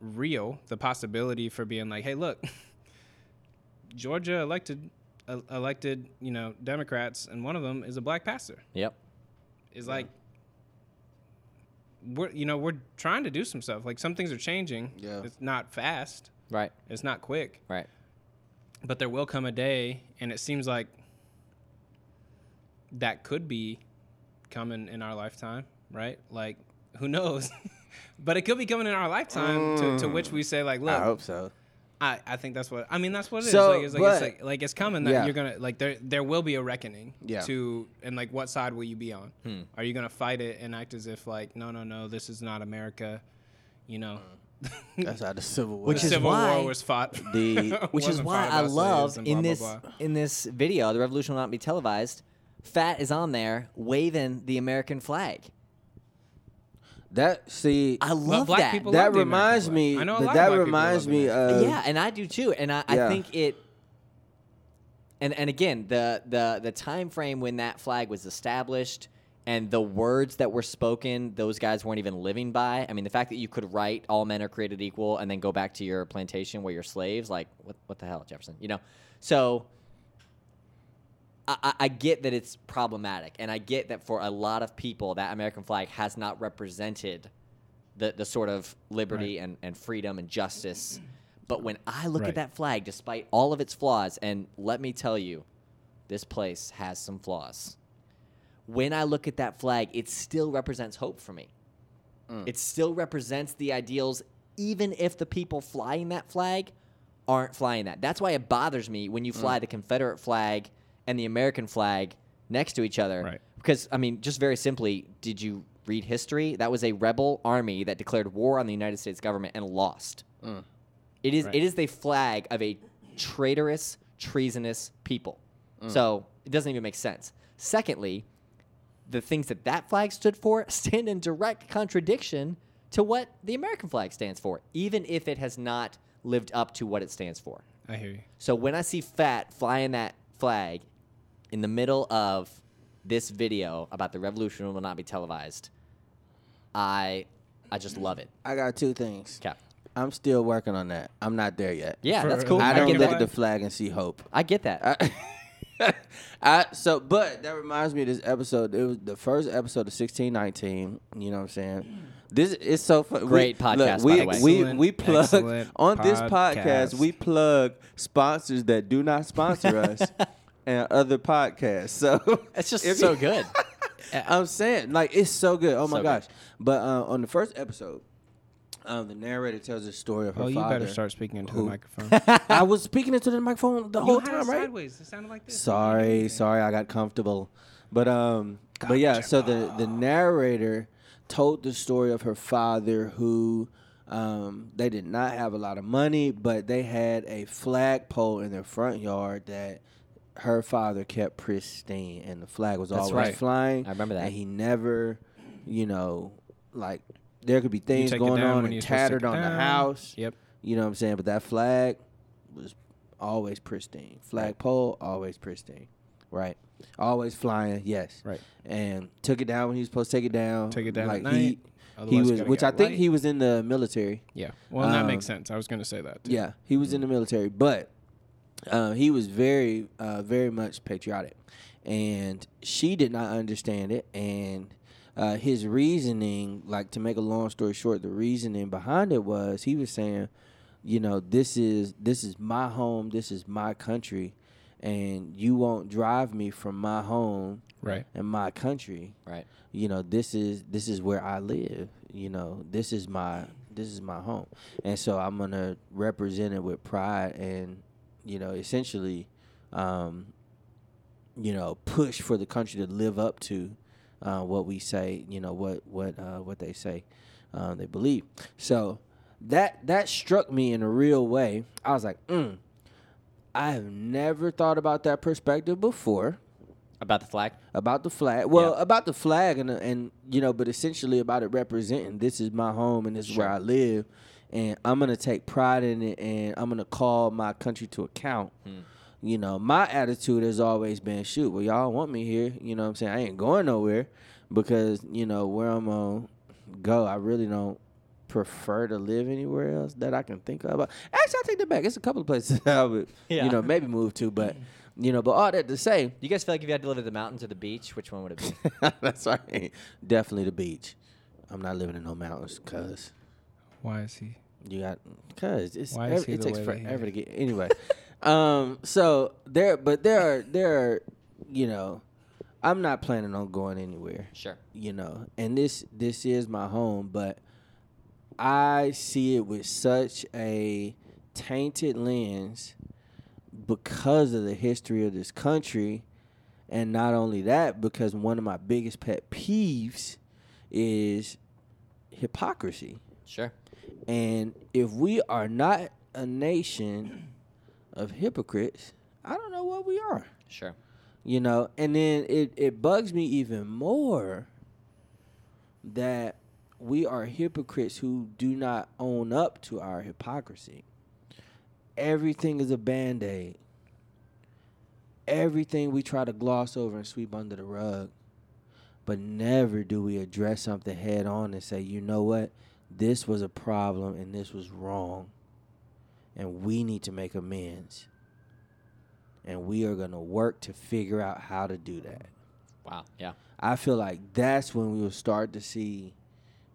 S2: real, the possibility for being like, hey, look, [LAUGHS] Georgia elected e- elected you know Democrats, and one of them is a black pastor
S1: Yep.
S2: is like we're you know we're trying to do some stuff like some things are changing
S4: Yeah.
S2: it's not fast
S1: Right.
S2: it's not quick
S1: Right.
S2: but there will come a day and it seems like that could be coming in our lifetime right like who knows [LAUGHS] but it could be coming in our lifetime to, to which we say like, look,
S4: Mm. I hope so.
S2: I, I think that's what I mean. That's what it is.
S4: So,
S2: like, it's, like,
S4: but-
S2: it's like like it's coming that
S4: Yeah.
S2: you're gonna like there there will be a reckoning.
S4: Yeah. Hmm.
S2: To and like what side will you be on? Are you gonna fight it and act as if like no no no this is not America, you know?
S4: [LAUGHS] Hmm. That's how the Civil War.
S1: Which
S2: the
S1: is
S2: Civil
S1: why-
S2: War was fought.
S4: the
S2: [LAUGHS]
S1: which is
S2: wasn't
S1: why
S2: fought
S1: I
S2: by slaves
S1: love
S2: and
S1: in
S2: blah,
S1: this
S2: blah, blah.
S1: in this video, the revolution will not be televised. Fat is on there waving the American flag.
S4: that see
S1: I
S2: But
S1: love
S2: black
S1: that.
S2: people
S4: that
S2: love the American
S4: reminds
S2: flag.
S4: me.
S2: I know a
S4: but
S2: lot of
S4: that
S2: black people
S4: reminds
S2: love the
S4: me
S2: American
S4: of
S1: yeah, and I do too. And I,
S4: Uh, yeah.
S1: I think it. And and again, the the the time frame when that flag was established and the words that were spoken, those guys weren't even living by. I mean, the fact that you could write "all men are created equal" and then go back to your plantation where you're slaves, like what what the hell, Jefferson? You know, so. I, I- I get that it's problematic, and I get that for a lot of people, that American flag has not represented the, the sort of liberty and, and freedom and justice. But when I look
S2: Right.
S1: at that flag, despite all of its flaws, and let me tell you, this place has some flaws. When I look at that flag, it still represents hope for me.
S2: Mm.
S1: It still represents the ideals, even if the people flying that flag aren't flying that. That's why it bothers me when
S2: Mm.
S1: you fly the Confederate flag and the American flag next to each other.
S2: Right.
S1: Because, I mean, just very simply, did you read history? That was a rebel army that declared war on the United States government and lost. It is
S2: Mm. Right.
S1: it is the flag of a traitorous, treasonous people.
S2: Mm.
S1: So it doesn't even make sense. Secondly, the things that that flag stood for [LAUGHS] stand in direct contradiction to what the American flag stands for, even if it has not lived up to what it stands for.
S2: I hear you.
S1: So when I see Fat flying that flag in the middle of this video about the revolution will not be televised, I I just love it.
S4: I got two things.
S1: Okay.
S4: I'm still working on that. I'm not there yet.
S1: Yeah,
S2: For
S1: that's cool.
S2: the
S4: I
S1: I,
S4: don't
S1: get
S4: look at
S1: that.
S4: the flag and see hope.
S1: I get that.
S4: I so but that reminds me of this episode. It was the first episode of sixteen nineteen. You know what I'm saying? This is so fun.
S1: Great
S4: we,
S1: podcast, by
S4: Look, we
S1: the way.
S4: we
S2: Mm. Excellent,
S4: we plug
S2: excellent
S4: on this
S2: podcast.
S4: podcast. We plug sponsors that do not
S2: [LAUGHS]
S4: sponsor us and other podcasts. So
S1: That's [LAUGHS] just
S4: if
S1: so
S4: you-
S1: good.
S4: [LAUGHS] I'm saying, like, it's so good. Oh my
S1: So good.
S4: gosh! But uh, on the first episode, um, the narrator tells the story of her
S2: Oh, you
S4: father.
S2: better start speaking into the
S4: who-
S2: microphone.
S4: [LAUGHS] I was speaking into the microphone the whole time, right?
S2: sideways. It sounded like this.
S4: Sorry, sorry, I got comfortable. But um, but yeah. So the the narrator told the story of her father, who um, they did not have a lot of money, but they had a flagpole in their front yard that her father kept pristine, and the flag was always
S1: right.
S4: flying.
S1: I remember that.
S4: And he never, you know, like there could be things
S2: take it
S4: going
S2: down
S4: on
S2: when
S4: and
S2: you're supposed to take
S4: tattered
S2: it
S4: on the
S2: down.
S4: house.
S2: Yep.
S4: You know what I'm saying? But that flag was always pristine. Flagpole, always pristine. Right. Always flying, yes.
S2: Right.
S4: And took it down when he was supposed to take it down.
S2: Take it down
S4: Like
S2: at
S4: he,
S2: night.
S4: he
S2: Otherwise,
S4: was
S2: gotta
S4: which
S2: get
S4: I think
S2: light.
S4: he was in the military.
S2: Yeah. Well, that
S4: Um,
S2: makes sense. I was gonna say that. Too.
S4: Yeah, he was in the military, but uh, he was very, uh, very much patriotic, and she did not understand it. And uh, his reasoning, like to make a long story short, the reasoning behind it was he was saying, you know, this is this is my home, this is my country, and you won't drive me from my home
S2: Right.
S4: and my country
S1: right.
S4: you know this is this is where i live you know this is my this is my home and so i'm gonna represent it with pride and you know essentially um you know push for the country to live up to uh, what we say you know what what uh, what they say uh, they believe so that that struck me in a real way i was like mm, i have never thought about that perspective before
S1: About the flag?
S4: about the flag. Well, about the flag and and you know, but essentially about it representing this is my home and this is where I live, and I'm gonna take pride in it and I'm gonna call my country to account. You know, my attitude has always been, shoot, well, y'all want me here. You know what I'm saying? I ain't going nowhere because, you know, where I'm on go, I really don't prefer to live anywhere else that I can think of. Actually, I take that back. It's a couple of places [LAUGHS] I would,
S1: Yeah.
S4: you know, maybe move to, but, you know, but all that to say,
S1: Do you guys feel like if you had to live at the mountain to the beach, which one would it be?
S4: [LAUGHS] That's right. Definitely the beach. I'm not living in no mountains, cause
S2: Why is he?
S4: you got, cause it's
S2: Why is
S4: ev-
S2: he
S4: it
S2: the
S4: takes
S2: way that he
S4: forever to get anyway. [LAUGHS] um, so there, but there are there are, you know, I'm not planning on going anywhere
S1: sure.
S4: you know and this this is my home but I see it with such a tainted lens because of the history of this country. And not only that, because one of my biggest pet peeves is hypocrisy.
S1: Sure.
S4: And if we are not a nation of hypocrites, I don't know what we are.
S1: Sure.
S4: You know, and then it, it bugs me even more that we are hypocrites who do not own up to our hypocrisy. Everything is a band aid. Everything we try to gloss over and sweep under the rug. But never do we address something head on and say, you know what? This was a problem and this was wrong. And we need to make amends. And we are going to work to figure out how to do that.
S1: Wow. Yeah.
S4: I feel like that's when we will start to see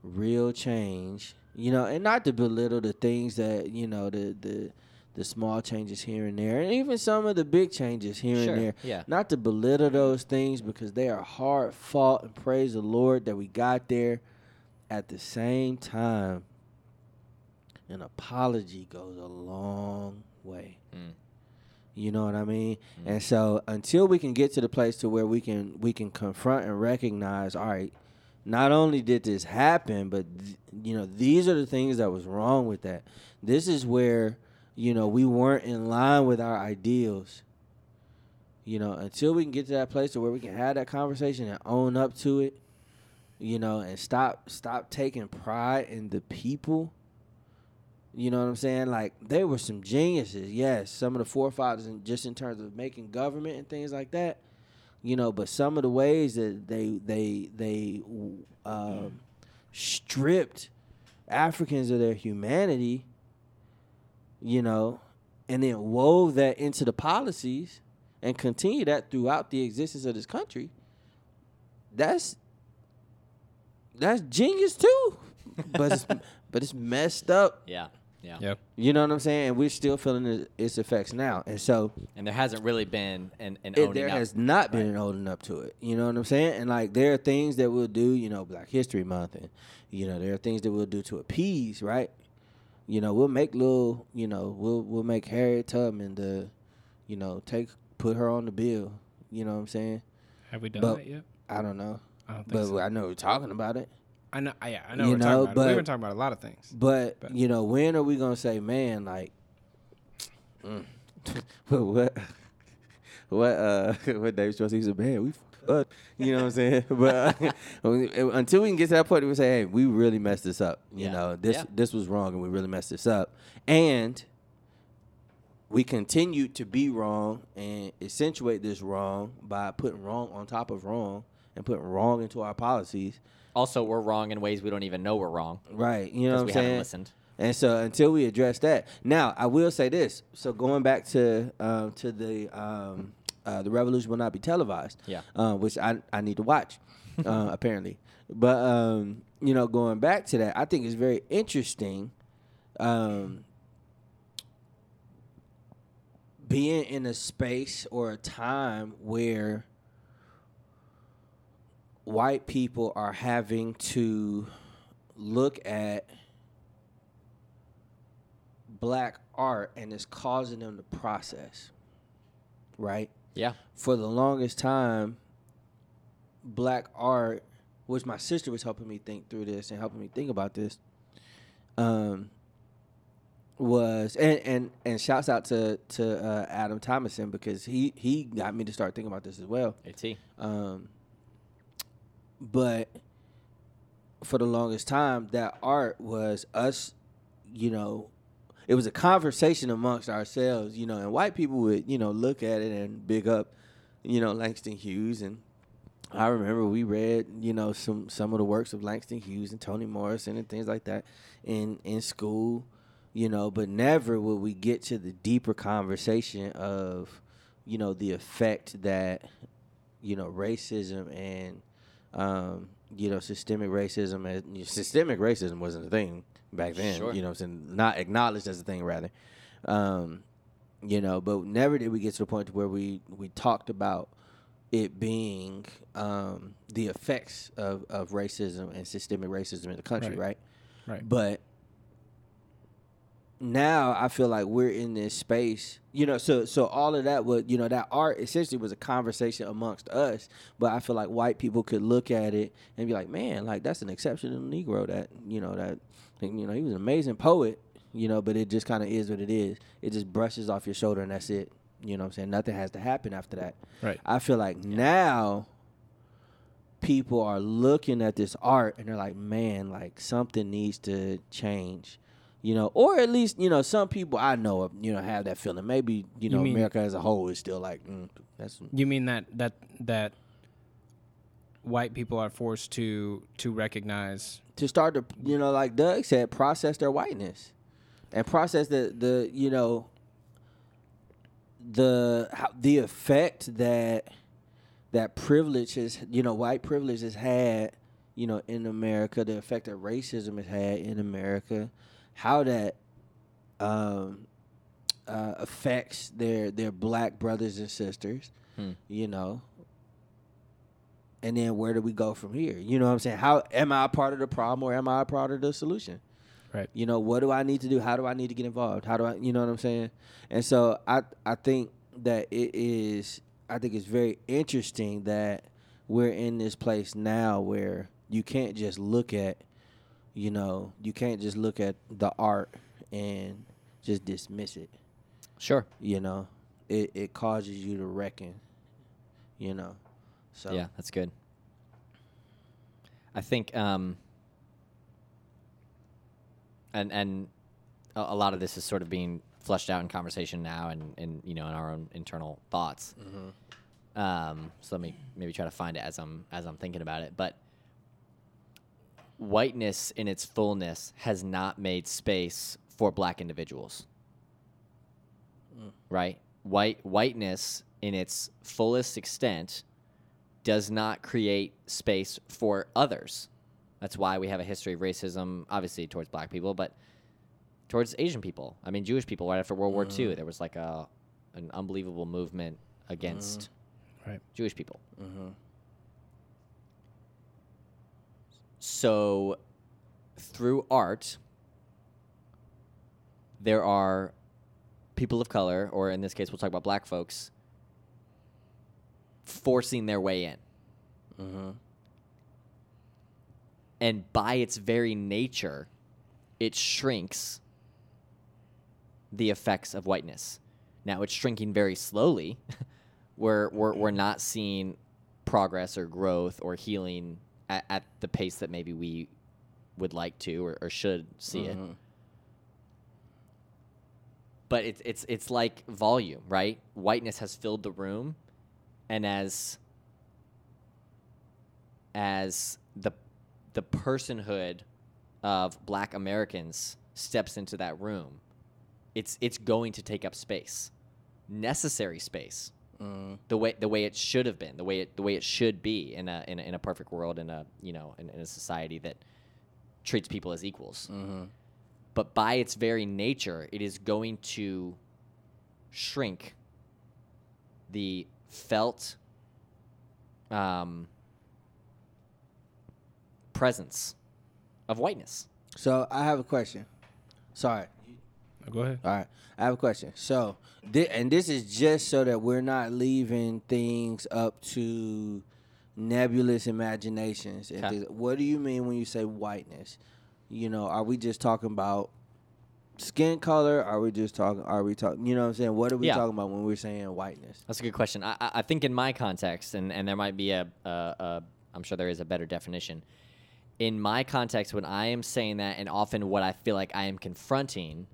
S4: real change. You know, and not to belittle the things that you know the the the small changes here and there, and even some of the big changes here
S1: Sure,
S4: and there.
S1: yeah.
S4: Not to belittle those things because they are hard fought, and praise the Lord that we got there. At the same time, an apology goes a long way.
S1: Mm.
S4: You know what I mean? And so until we can get to the place to where we can we can confront and recognize, all right, not only did this happen, but th- you know these are the things that was wrong with that. This is where you know we weren't in line with our ideals. You know, until we can get to that place to where we can have that conversation and own up to it, you know, and stop stop taking pride in the people. You know what I'm saying? Like they were some geniuses, yes. Some of the forefathers, and just in terms of making government and things like that, you know. But some of the ways that they they they um, stripped Africans of their humanity, you know, and then wove that into the policies and continue that throughout the existence of this country. That's that's genius too, but it's, [LAUGHS] but it's messed up.
S1: Yeah. Yeah.
S2: Yep.
S4: You know what I'm saying? And we're still feeling it- its effects now. And so
S1: And there hasn't really been an, an
S4: it,
S1: owning
S4: there
S1: up.
S4: has not been an holding up to it. You know what I'm saying? And like there are things that we'll do, you know, Black History Month and you know, there are things that we'll do to appease, right? You know, we'll make little, you know, we'll we'll make Harriet Tubman the, you know, take put her on the bill. You know what I'm saying?
S2: Have we done
S4: But-
S2: that yet?
S4: I don't know.
S2: I don't think
S4: But
S2: so.
S4: I know we're talking about it.
S2: I know. I- Yeah, I know.
S4: You
S2: We're
S4: know,
S2: talking about it.
S4: but-
S2: We've been talking about a lot of things.
S4: But,
S2: But-
S4: you know, when are we gonna say, man, like, [LAUGHS] mm, what, [LAUGHS] what, uh, [LAUGHS] what Dave Strauss? He's a man. We, fucked up." you know what I'm saying? [LAUGHS] But uh, until we can get to that point, we say, hey, we really messed this up. You
S1: Yeah.
S4: know, this
S1: Yeah.
S4: this was wrong, and we really messed this up. And we continue to be wrong and accentuate this wrong by putting wrong on top of wrong and putting wrong into our policies.
S1: also, we're wrong in ways we don't even know we're wrong
S4: Right. You
S1: because
S4: know what I'm
S1: we
S4: saying?
S1: haven't listened.
S4: And so until we address that, now I will say this. So going back to um, to the um, uh, the revolution will not be televised.
S1: Yeah.
S4: Uh, which I I need to watch, uh, apparently. But um, you know, going back to that, I think it's very interesting. Um, being in a space or a time where white people are having to look at black art and it's causing them to process. Right?
S1: Yeah.
S4: For the longest time, black art, which my sister was helping me think through this and helping me think about this, um, was and and and shouts out to to uh, Adam Thomason because he he got me to start thinking about this as well.
S1: At.
S4: Um, but for the longest time, that art was us, you know, it was a conversation amongst ourselves, you know, and white people would, you know, look at it and big up, you know, Langston Hughes. And I remember we read, you know, some, some of the works of Langston Hughes and Toni Morrison and things like that in, in school, you know, but never would we get to the deeper conversation of, you know, the effect that you know racism and um, you know systemic racism and systemic racism wasn't a thing back then
S1: Sure.
S4: you know what I'm saying not acknowledged as a thing rather um, you know but never did we get to the point where we we talked about it being um, the effects of, of racism and systemic racism in the country
S2: Right.
S4: right
S2: Right.
S4: but now I feel like we're in this space, you know. So so all of that was, you know, that art essentially was a conversation amongst us. But I feel like white people could look at it and be like, man, like that's an exceptional Negro that you know that, and, you know, he was an amazing poet, you know. But it just kind of is what it is. It just brushes off your shoulder and that's it. You know what I'm saying? Nothing has to happen after that.
S2: Right.
S4: I feel like now people are looking at this art and they're like, man, like something needs to change. You know, or at least, you know, some people I know of, you know, have that feeling. Maybe, you know,
S2: mean-
S4: America as a whole is still like, mm, that's
S2: You mean that that that white people are forced to to recognize
S4: to start to, you know, like Doug said, process their whiteness and process the, the you know, the how, the effect that that privilege has, you know, white privilege has had, you know, in America, the effect that racism has had in America, how that um, uh, affects their their black brothers and sisters, you know. And then where do we go from here? You know what I'm saying? How am I a part of the problem or am I a part of the solution?
S2: Right.
S4: You know, what do I need to do? How do I need to get involved? How do I you know what I'm saying? And so I I think that it is I think it's very interesting that we're in this place now where you can't just look at you know, you can't just look at the art and just dismiss it.
S1: Sure.
S4: You know, it it causes you to reckon. You know, so
S1: Yeah, that's good. I think, um, and and a, a lot of this is sort of being flushed out in conversation now, and and you know in our own internal thoughts. Um, so let me maybe try to find it as I'm as I'm thinking about it. But whiteness in its fullness has not made space for black individuals right? White whiteness in its fullest extent does not create space for others. That's why we have a history of racism, obviously towards black people, but towards Asian people. I mean, Jewish people. Right after World War II, there was like a an unbelievable movement against
S2: right
S1: Jewish people. So, through art, there are people of color, or in this case, we'll talk about black folks, forcing their way in.
S4: mm-hmm,
S1: And by its very nature, it shrinks the effects of whiteness. Now it's shrinking very slowly. [LAUGHS] we're, we're, we're not seeing progress or growth or healing at, at the pace that maybe we would like to or, or should see
S4: Mm-hmm.
S1: it. But it's it's it's like volume, right? Whiteness has filled the room, and as as the the personhood of Black Americans steps into that room, it's it's going to take up space, necessary space.
S4: Mm.
S1: The way the way it should have been, the way it the way it should be in a in a, in a perfect world, in a you know in, in a society that treats people as equals. But by its very nature, it is going to shrink the felt um, presence of whiteness.
S4: So I have a question. Sorry,
S2: Oh, go ahead
S4: all right, I have a question. So, thi- and this is just so that we're not leaving things up to nebulous imaginations. and
S1: Okay.
S4: things. What do you mean when you say whiteness? You know, are we just talking about skin color? Are we just talking? Are we talking? You know what I'm saying? What are we
S1: Yeah.
S4: talking about when we're saying whiteness?
S1: That's a good question. I, I I think in my context, and, and there might be a, a, a, I'm sure there is a better definition. In my context, when I am saying that, and often what I feel like I am confronting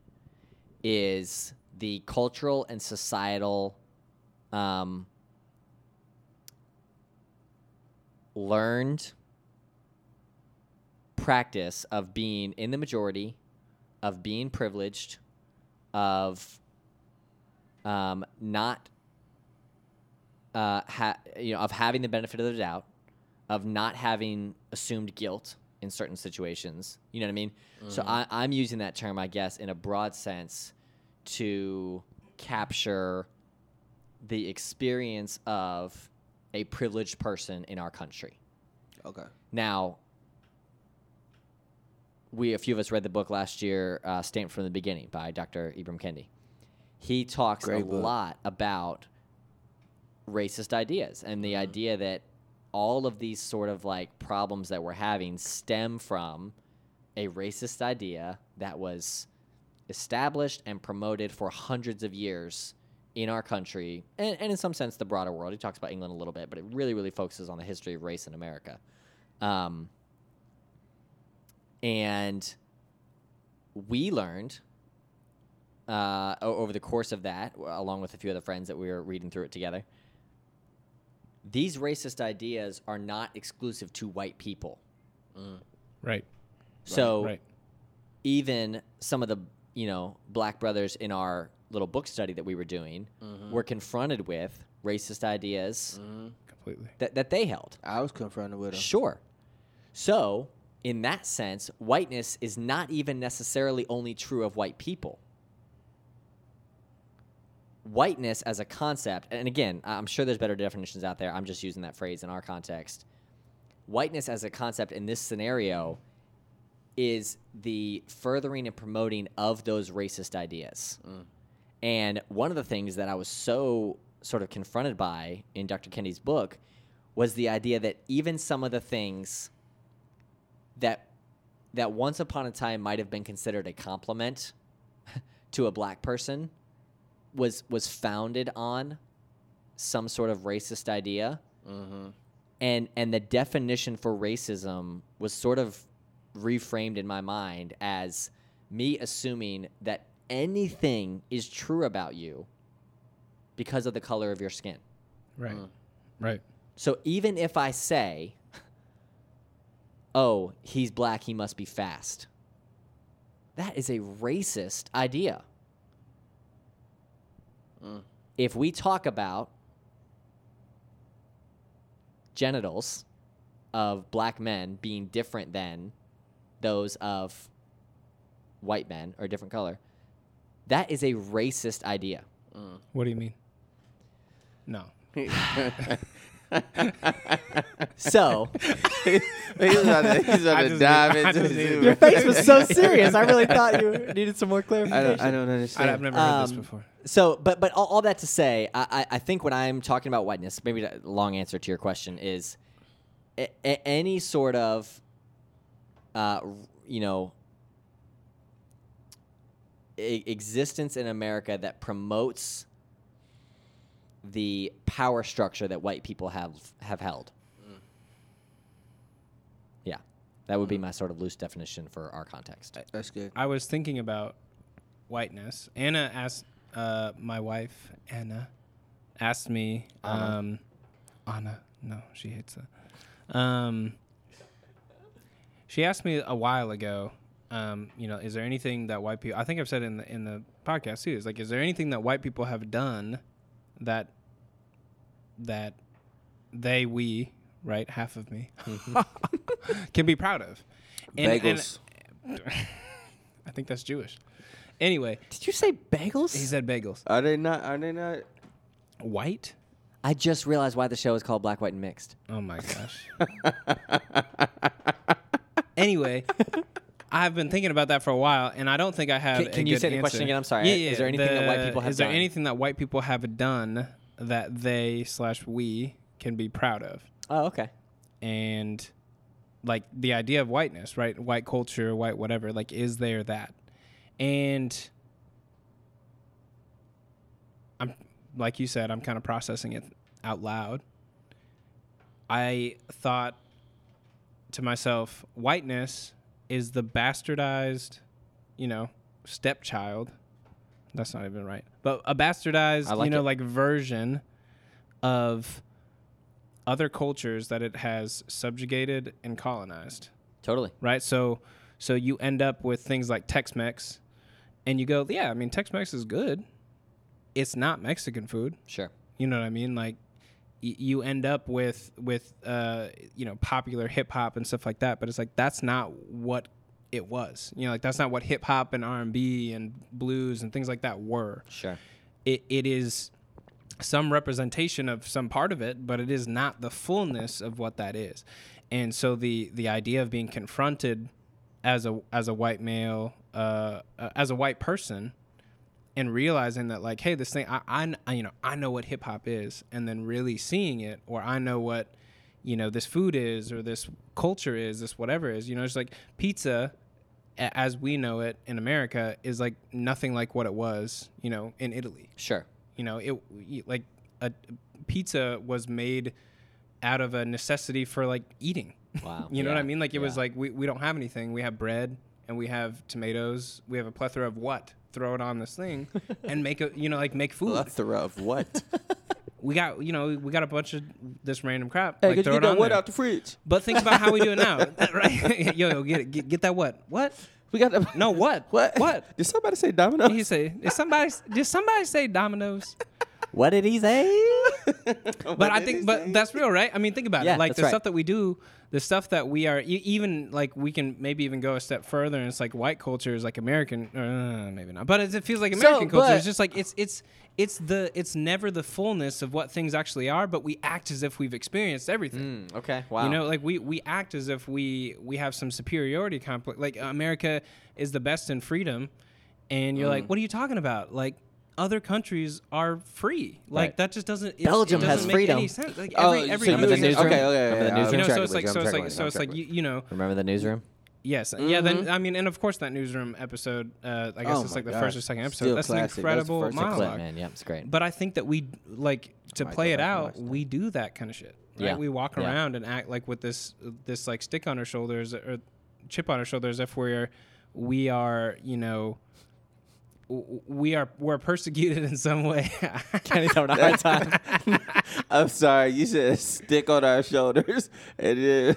S1: is the cultural and societal um, learned practice of being in the majority, of being privileged, of um, not uh, ha- you know, of having the benefit of the doubt, of not having assumed guilt in certain situations. You know what I mean? So I, I'm using that term, I guess, in a broad sense to capture the experience of a privileged person in our country.
S4: Okay.
S1: Now, we a few of us read the book last year, uh, Stamped from the Beginning by Dr. Ibram Kendi. He talks
S4: Great
S1: a
S4: book.
S1: lot about racist ideas and
S4: Mm-hmm.
S1: the idea that all of these sort of like problems that we're having stem from a racist idea that was established and promoted for hundreds of years in our country and, and in some sense the broader world. He talks about England a little bit, but it really, really focuses on the history of race in America. Um, and we learned uh, o- over the course of that, w- along with a few other friends that we were reading through it together, these racist ideas are not exclusive to white people.
S2: Right.
S1: So
S2: Right.
S1: even some of the you know black brothers in our little book study that we were doing
S2: Mm-hmm.
S1: were confronted with racist ideas
S2: Completely.
S1: that, that they held.
S4: I was confronted with him.
S1: Sure. So, in that sense, whiteness is not even necessarily only true of white people. Whiteness as a concept, and again, I- I'm sure there's better definitions out there. I'm just using that phrase in our context. Whiteness as a concept in this scenario is the furthering and promoting of those racist ideas. And one of the things that I was so sort of confronted by in Dr. Kennedy's book was the idea that even some of the things that that once upon a time might have been considered a compliment [LAUGHS] to a black person was was founded on some sort of racist idea.
S4: Mm-hmm.
S1: [LAUGHS]
S4: [LAUGHS]
S1: And and the definition for racism was sort of reframed in my mind as me assuming that anything is true about you because of the color of your skin.
S2: Right. Mm. Right.
S1: So even if I say, "Oh, he's black, he must be fast." That is a racist idea. If we talk about genitals of black men being different than those of white men or different color, that is a racist idea.
S2: What do you mean? No.
S1: So,
S4: He's about to, he's about
S2: I
S4: to
S2: just
S4: dive
S2: need- I
S4: into
S2: just
S4: this.
S2: need- Your
S1: face was so serious. I really thought you needed some more clarification.
S4: [LAUGHS] I
S1: [LAUGHS]
S4: don't, I don't
S2: I,
S4: understand.
S2: have never heard this
S1: Um,
S2: before.
S1: So, but but all, all that to say, I, I I think when I'm talking about whiteness, maybe a long answer to your question is a, a- any sort of, uh, you know, e- existence in America that promotes the power structure that white people have have held. Yeah, that would be
S2: Mm-hmm.
S1: my sort of loose definition for our context.
S4: That's good.
S2: I was thinking about whiteness. Anna asked uh, my wife Anna asked me um, Anna. No, she hates that. Um, she asked me a while ago. Um, you know, is there anything that white people? I think I've said in the in the podcast too. Is like, is there anything that white people have done that that they we right half of me [LAUGHS] can be proud of?
S4: Bagels.
S2: I think that's Jewish. Anyway,
S1: Did you say bagels?
S2: he said bagels.
S4: Are they not? Are they not?
S2: White?
S1: I just realized why the show is called Black, White, and Mixed.
S2: Oh my gosh. anyway, I've been thinking about that for a while, and I don't think I have.
S1: Can-
S2: a
S1: can you
S2: good
S1: say the question
S2: answer.
S1: again? I'm sorry.
S2: Yeah,
S1: Is
S2: yeah,
S1: there anything that white people have
S2: Is there
S1: done?
S2: anything that white people have done that they slash we can be proud of?
S1: Oh, okay.
S2: and like the idea of whiteness, right? White culture, white whatever, like is there that? And I'm like you said, I'm kind of processing it out loud. I thought to myself, whiteness is the bastardized, you know, stepchild. That's not even right. But a bastardized,
S1: I like
S2: you know,
S1: it.
S2: like version of other cultures that it has subjugated and colonized,
S1: Totally.
S2: right? So so you end up with things like Tex-Mex and you go, yeah, I mean Tex-Mex is good. It's not Mexican food.
S1: Sure.
S2: You know what I mean? Like y- you end up with with uh, you know popular hip hop and stuff like that, but it's like that's not what it was. You know, like that's not what hip hop and R and B and blues and things like that were.
S1: Sure.
S2: It it is some representation of some part of it, but it is not the fullness of what that is. And so the the idea of being confronted as a as a white male, uh, uh, as a white person, and realizing that like, hey, this thing, I, I kn- I- you know, I know what hip hop is, and then really seeing it, or I know what, you know, this food is, or this culture is, this whatever is, you know, it's like pizza, a- as we know it in America, is like nothing like what it was, you know, in Italy.
S1: Sure.
S2: You know, it y- like a pizza was made out of a necessity for like eating.
S1: Wow.
S2: [LAUGHS] you know what I
S1: Yeah.
S2: mean? Like it was
S1: Yeah.
S2: like we, we don't have anything. We have bread and we have tomatoes. We have a plethora of what? Throw it on this thing and make a you know like make food.
S5: Plethora of
S2: [LAUGHS]
S5: what?
S2: We got you know we got a bunch of this random crap.
S4: Hey,
S2: like
S4: could
S2: throw
S4: you
S2: it
S4: get that
S2: on
S4: wood
S2: there.
S4: out the fridge?
S2: But think about how we do it now, [LAUGHS] right? yo, yo, get it, get, get that what? What?
S4: We
S1: [LAUGHS]
S4: got that.
S2: No, what?
S4: What? [LAUGHS]
S2: What?
S4: Did somebody say domino?
S2: He say, "Is somebody? Did somebody say Dominoes?"
S1: What did he say?
S4: Oh
S1: [LAUGHS]
S2: but I think, but that's real, right? I mean, think about
S1: Yeah,
S2: it. Like
S1: that's
S2: the
S1: right.
S2: stuff that we do, the stuff that we are, e- even like we can maybe even go a step further, and it's like white culture is like American, uh, maybe not, but it's, it feels like American culture.
S1: but-
S2: it's just like it's it's it's the it's never the fullness of what things actually are, but we act as if we've experienced everything.
S1: Hmm, okay. Wow.
S2: You know, like we we act as if we we have some superiority complex. Like America is the best in freedom, and you're
S4: Mm.
S2: like, what are you talking about? Like. Other countries are free. Like
S1: Right.
S2: that just doesn't. It,
S1: Belgium
S2: it
S1: has
S2: doesn't make
S1: freedom.
S2: any sense. Like
S4: oh,
S2: every, every
S4: so
S1: Remember
S4: you
S1: the
S4: was-
S1: newsroom?
S4: Okay, okay,
S1: Remember the
S4: yeah, I'm
S2: you know,
S1: newsroom?
S4: tracking
S2: so
S4: with
S2: it's like,
S4: you,
S2: so
S4: I'm
S2: it's
S4: tracking
S2: like,
S4: with
S2: so it's like,
S4: I'm
S2: you, you know,
S1: Remember the newsroom?
S2: yes, yeah. Then I mean, and of course that newsroom episode. Uh, I guess
S4: Mm-hmm. Oh
S2: it's
S4: my
S2: like the
S4: God.
S2: first or second episode.
S4: Still
S2: That's
S4: classic. That's
S2: an
S4: the
S2: incredible
S4: first
S1: Clip,
S2: monologue.
S1: man. Yeah, it's
S2: [LAUGHS]
S1: great.
S2: But I think that we like to
S4: might
S2: play
S4: go
S2: it
S4: back and
S2: out.
S4: watch that.
S2: We do that kind of shit. Right?
S1: Yeah.
S2: We walk
S1: Yeah.
S2: around and act like with this this like stick on our shoulders or chip on our shoulders if we're we are you know w- we are we're persecuted [LAUGHS] in some way.
S1: Kenny's having a hard time.
S4: I'm sorry. You said stick on our shoulders, [LAUGHS] and then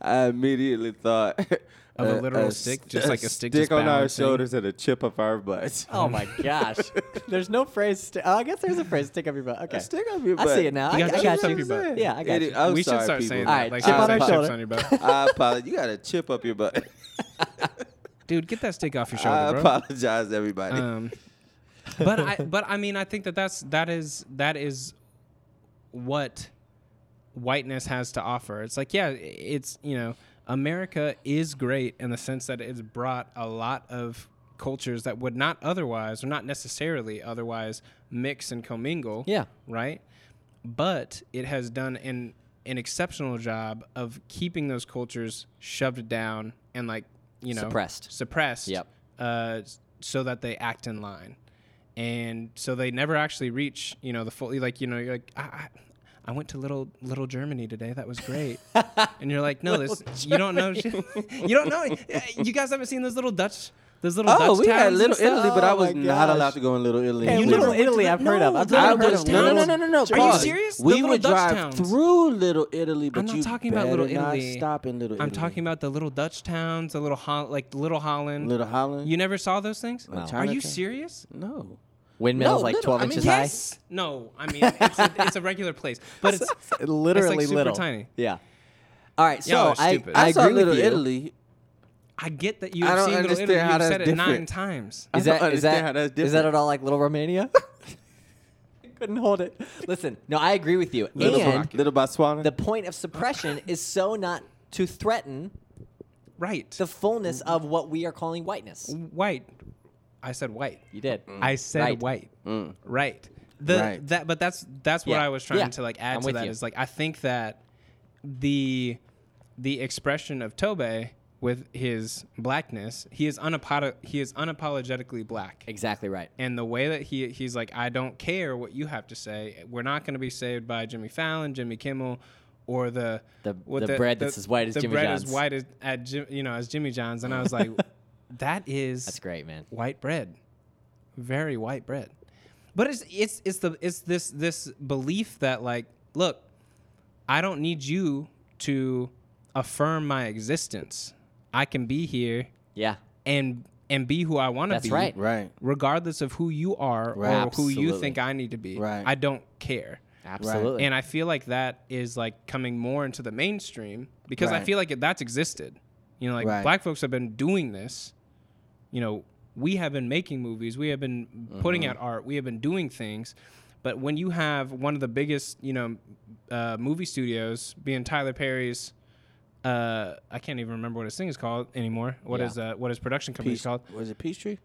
S4: I immediately thought [LAUGHS]
S2: Of a literal stick, just like a stick just
S4: on our
S2: balancing.
S4: shoulders and a chip of our butts.
S1: Oh my gosh. [LAUGHS] There's no phrase. Sti- oh, I guess there's a phrase. Stick up your butt.
S4: [LAUGHS]
S1: Okay.
S4: Stick up your
S1: I
S4: butt.
S1: see uh, it now. I,
S2: You
S1: I
S2: gotta
S1: got
S2: chip up
S1: you.
S2: your butt.
S1: Yeah, I got
S4: It-
S1: you.
S4: I'm
S2: we should
S4: sorry,
S2: start
S4: people.
S2: saying that.
S1: All right,
S2: like,
S1: chip on
S2: say
S1: our
S2: chips
S1: shoulder.
S2: on your butt.
S4: I apologize. You got a chip up your butt.
S2: Dude, get that stick
S1: [LAUGHS]
S2: off your
S1: Uh,
S4: [LAUGHS] I
S2: shoulder, bro.
S4: apologize, everybody.
S2: um, [LAUGHS] but
S1: [LAUGHS]
S2: I but I mean I think that that's that is that is what whiteness has to offer. It's like yeah, it's you know America is great in the sense that it's brought a lot of cultures that would not otherwise or not necessarily otherwise mix and commingle.
S1: Yeah.
S2: Right. But it has done an an exceptional job of keeping those cultures shoved down and like you know
S1: Suppressed.
S2: suppressed
S1: Yep.
S2: uh, s- so that they act in line and so they never actually reach you know the full like you know you're like I, I, I went to little little Germany today. That was
S4: [LAUGHS]
S2: great. and you're like, no, this you don't know. shit. [LAUGHS] you don't know. Uh, You guys haven't seen those little Dutch, those little
S4: Oh,
S2: Dutch
S4: we
S2: towns.
S4: had
S2: and
S4: Little
S2: stuff?
S4: Italy, but I
S1: Oh
S4: was
S1: my
S4: not
S1: gosh.
S4: allowed to go in Little Italy.
S1: Hey,
S4: We
S1: Little
S4: were-
S2: went to
S1: Italy,
S2: the-
S1: I've heard of. I've
S2: No,
S1: never
S4: I
S1: heard
S4: was
S1: of
S4: no, no,
S1: Little-
S4: no, no, no.
S2: Are you
S4: pause.
S2: serious? The
S4: We
S2: Little
S4: would
S2: Dutch
S4: drive
S2: towns.
S4: through Little Italy, but
S2: not
S4: you
S2: talking about Little
S4: better not
S2: Italy.
S4: Stop in Little Italy.
S2: I'm talking about the little Dutch towns, the little Hol- like Little Holland.
S4: Little Holland.
S2: You never saw those things?
S4: Like
S2: Are you
S4: Chinatown.
S2: serious?
S4: no.
S1: Windmill's
S4: No,
S1: like
S4: little.
S1: 12
S4: I mean,
S1: inches
S2: yes. No, I mean it's a, it's a regular place,
S4: [LAUGHS]
S2: but [LAUGHS] it's
S1: high. Literally
S2: super
S1: little.
S2: tiny.
S1: Yeah. All right. So
S2: Y'all are
S1: I,
S2: stupid.
S1: I
S4: I, saw
S1: agree
S4: Little
S1: with you.
S4: Italy.
S2: I get that you
S4: I
S2: have
S4: don't
S2: seen Little
S4: understand
S2: Italy.
S4: how
S2: You've
S4: that's
S2: said it nine
S4: different.
S2: times.
S1: Is
S4: I don't
S1: that is that
S4: understand how that's
S1: is that
S4: different.
S1: at all like Little Romania? [LAUGHS] I couldn't hold it. Listen, no, I agree with you.
S4: Little,
S1: and
S4: Little Botswana.
S1: the point of suppression is so not to threaten
S2: Right.
S1: the fullness of what we are calling whiteness.
S2: white. I said white.
S1: You did.
S2: I said
S1: Mm. Right.
S2: white. Right. The
S4: Right.
S2: that but that's that's what
S1: Yeah.
S2: I was trying
S1: Yeah.
S2: to like add
S1: I'm
S2: to
S1: with
S2: that is
S1: you.
S2: like I think that the the expression of Tobe with his blackness, he is unapo- he is unapologetically black.
S1: Exactly right.
S2: and the way that he he's like, I don't care what you have to say. We're not going to be saved by Jimmy Fallon, Jimmy Kimmel, or the
S1: The-
S2: what
S1: the bread that's as white as
S2: the
S1: Jimmy
S2: bread
S1: John's.
S2: as white as at Jim, you know as Jimmy John's. And I
S1: [LAUGHS]
S2: was like, that is
S1: That's great, man.
S2: white bread, very white bread. But it's it's it's the it's this this belief that like, look, I don't need you to affirm my existence. I can be here
S1: Yeah.
S2: and and be who I want to
S1: That's
S2: be
S1: right.
S4: right.
S2: regardless of who you are
S4: Right.
S2: or who you
S4: Absolutely.
S2: think I need to be.
S4: Right.
S2: I don't care.
S1: Absolutely.
S2: And I feel like that is like coming more into the mainstream because I
S4: Right.
S2: feel like it, that's existed. You know, like
S4: Right.
S2: black folks have been doing this. You know, we have been making movies, we have been putting
S4: Mm-hmm.
S2: out art, we have been doing things. But when you have one of the biggest, you know, uh, movie studios being Tyler Perry's uh, I can't even remember what his thing is called anymore. What
S1: Yeah.
S2: is uh, what his production company is
S4: Peace,
S2: called?
S4: was it Peachtree?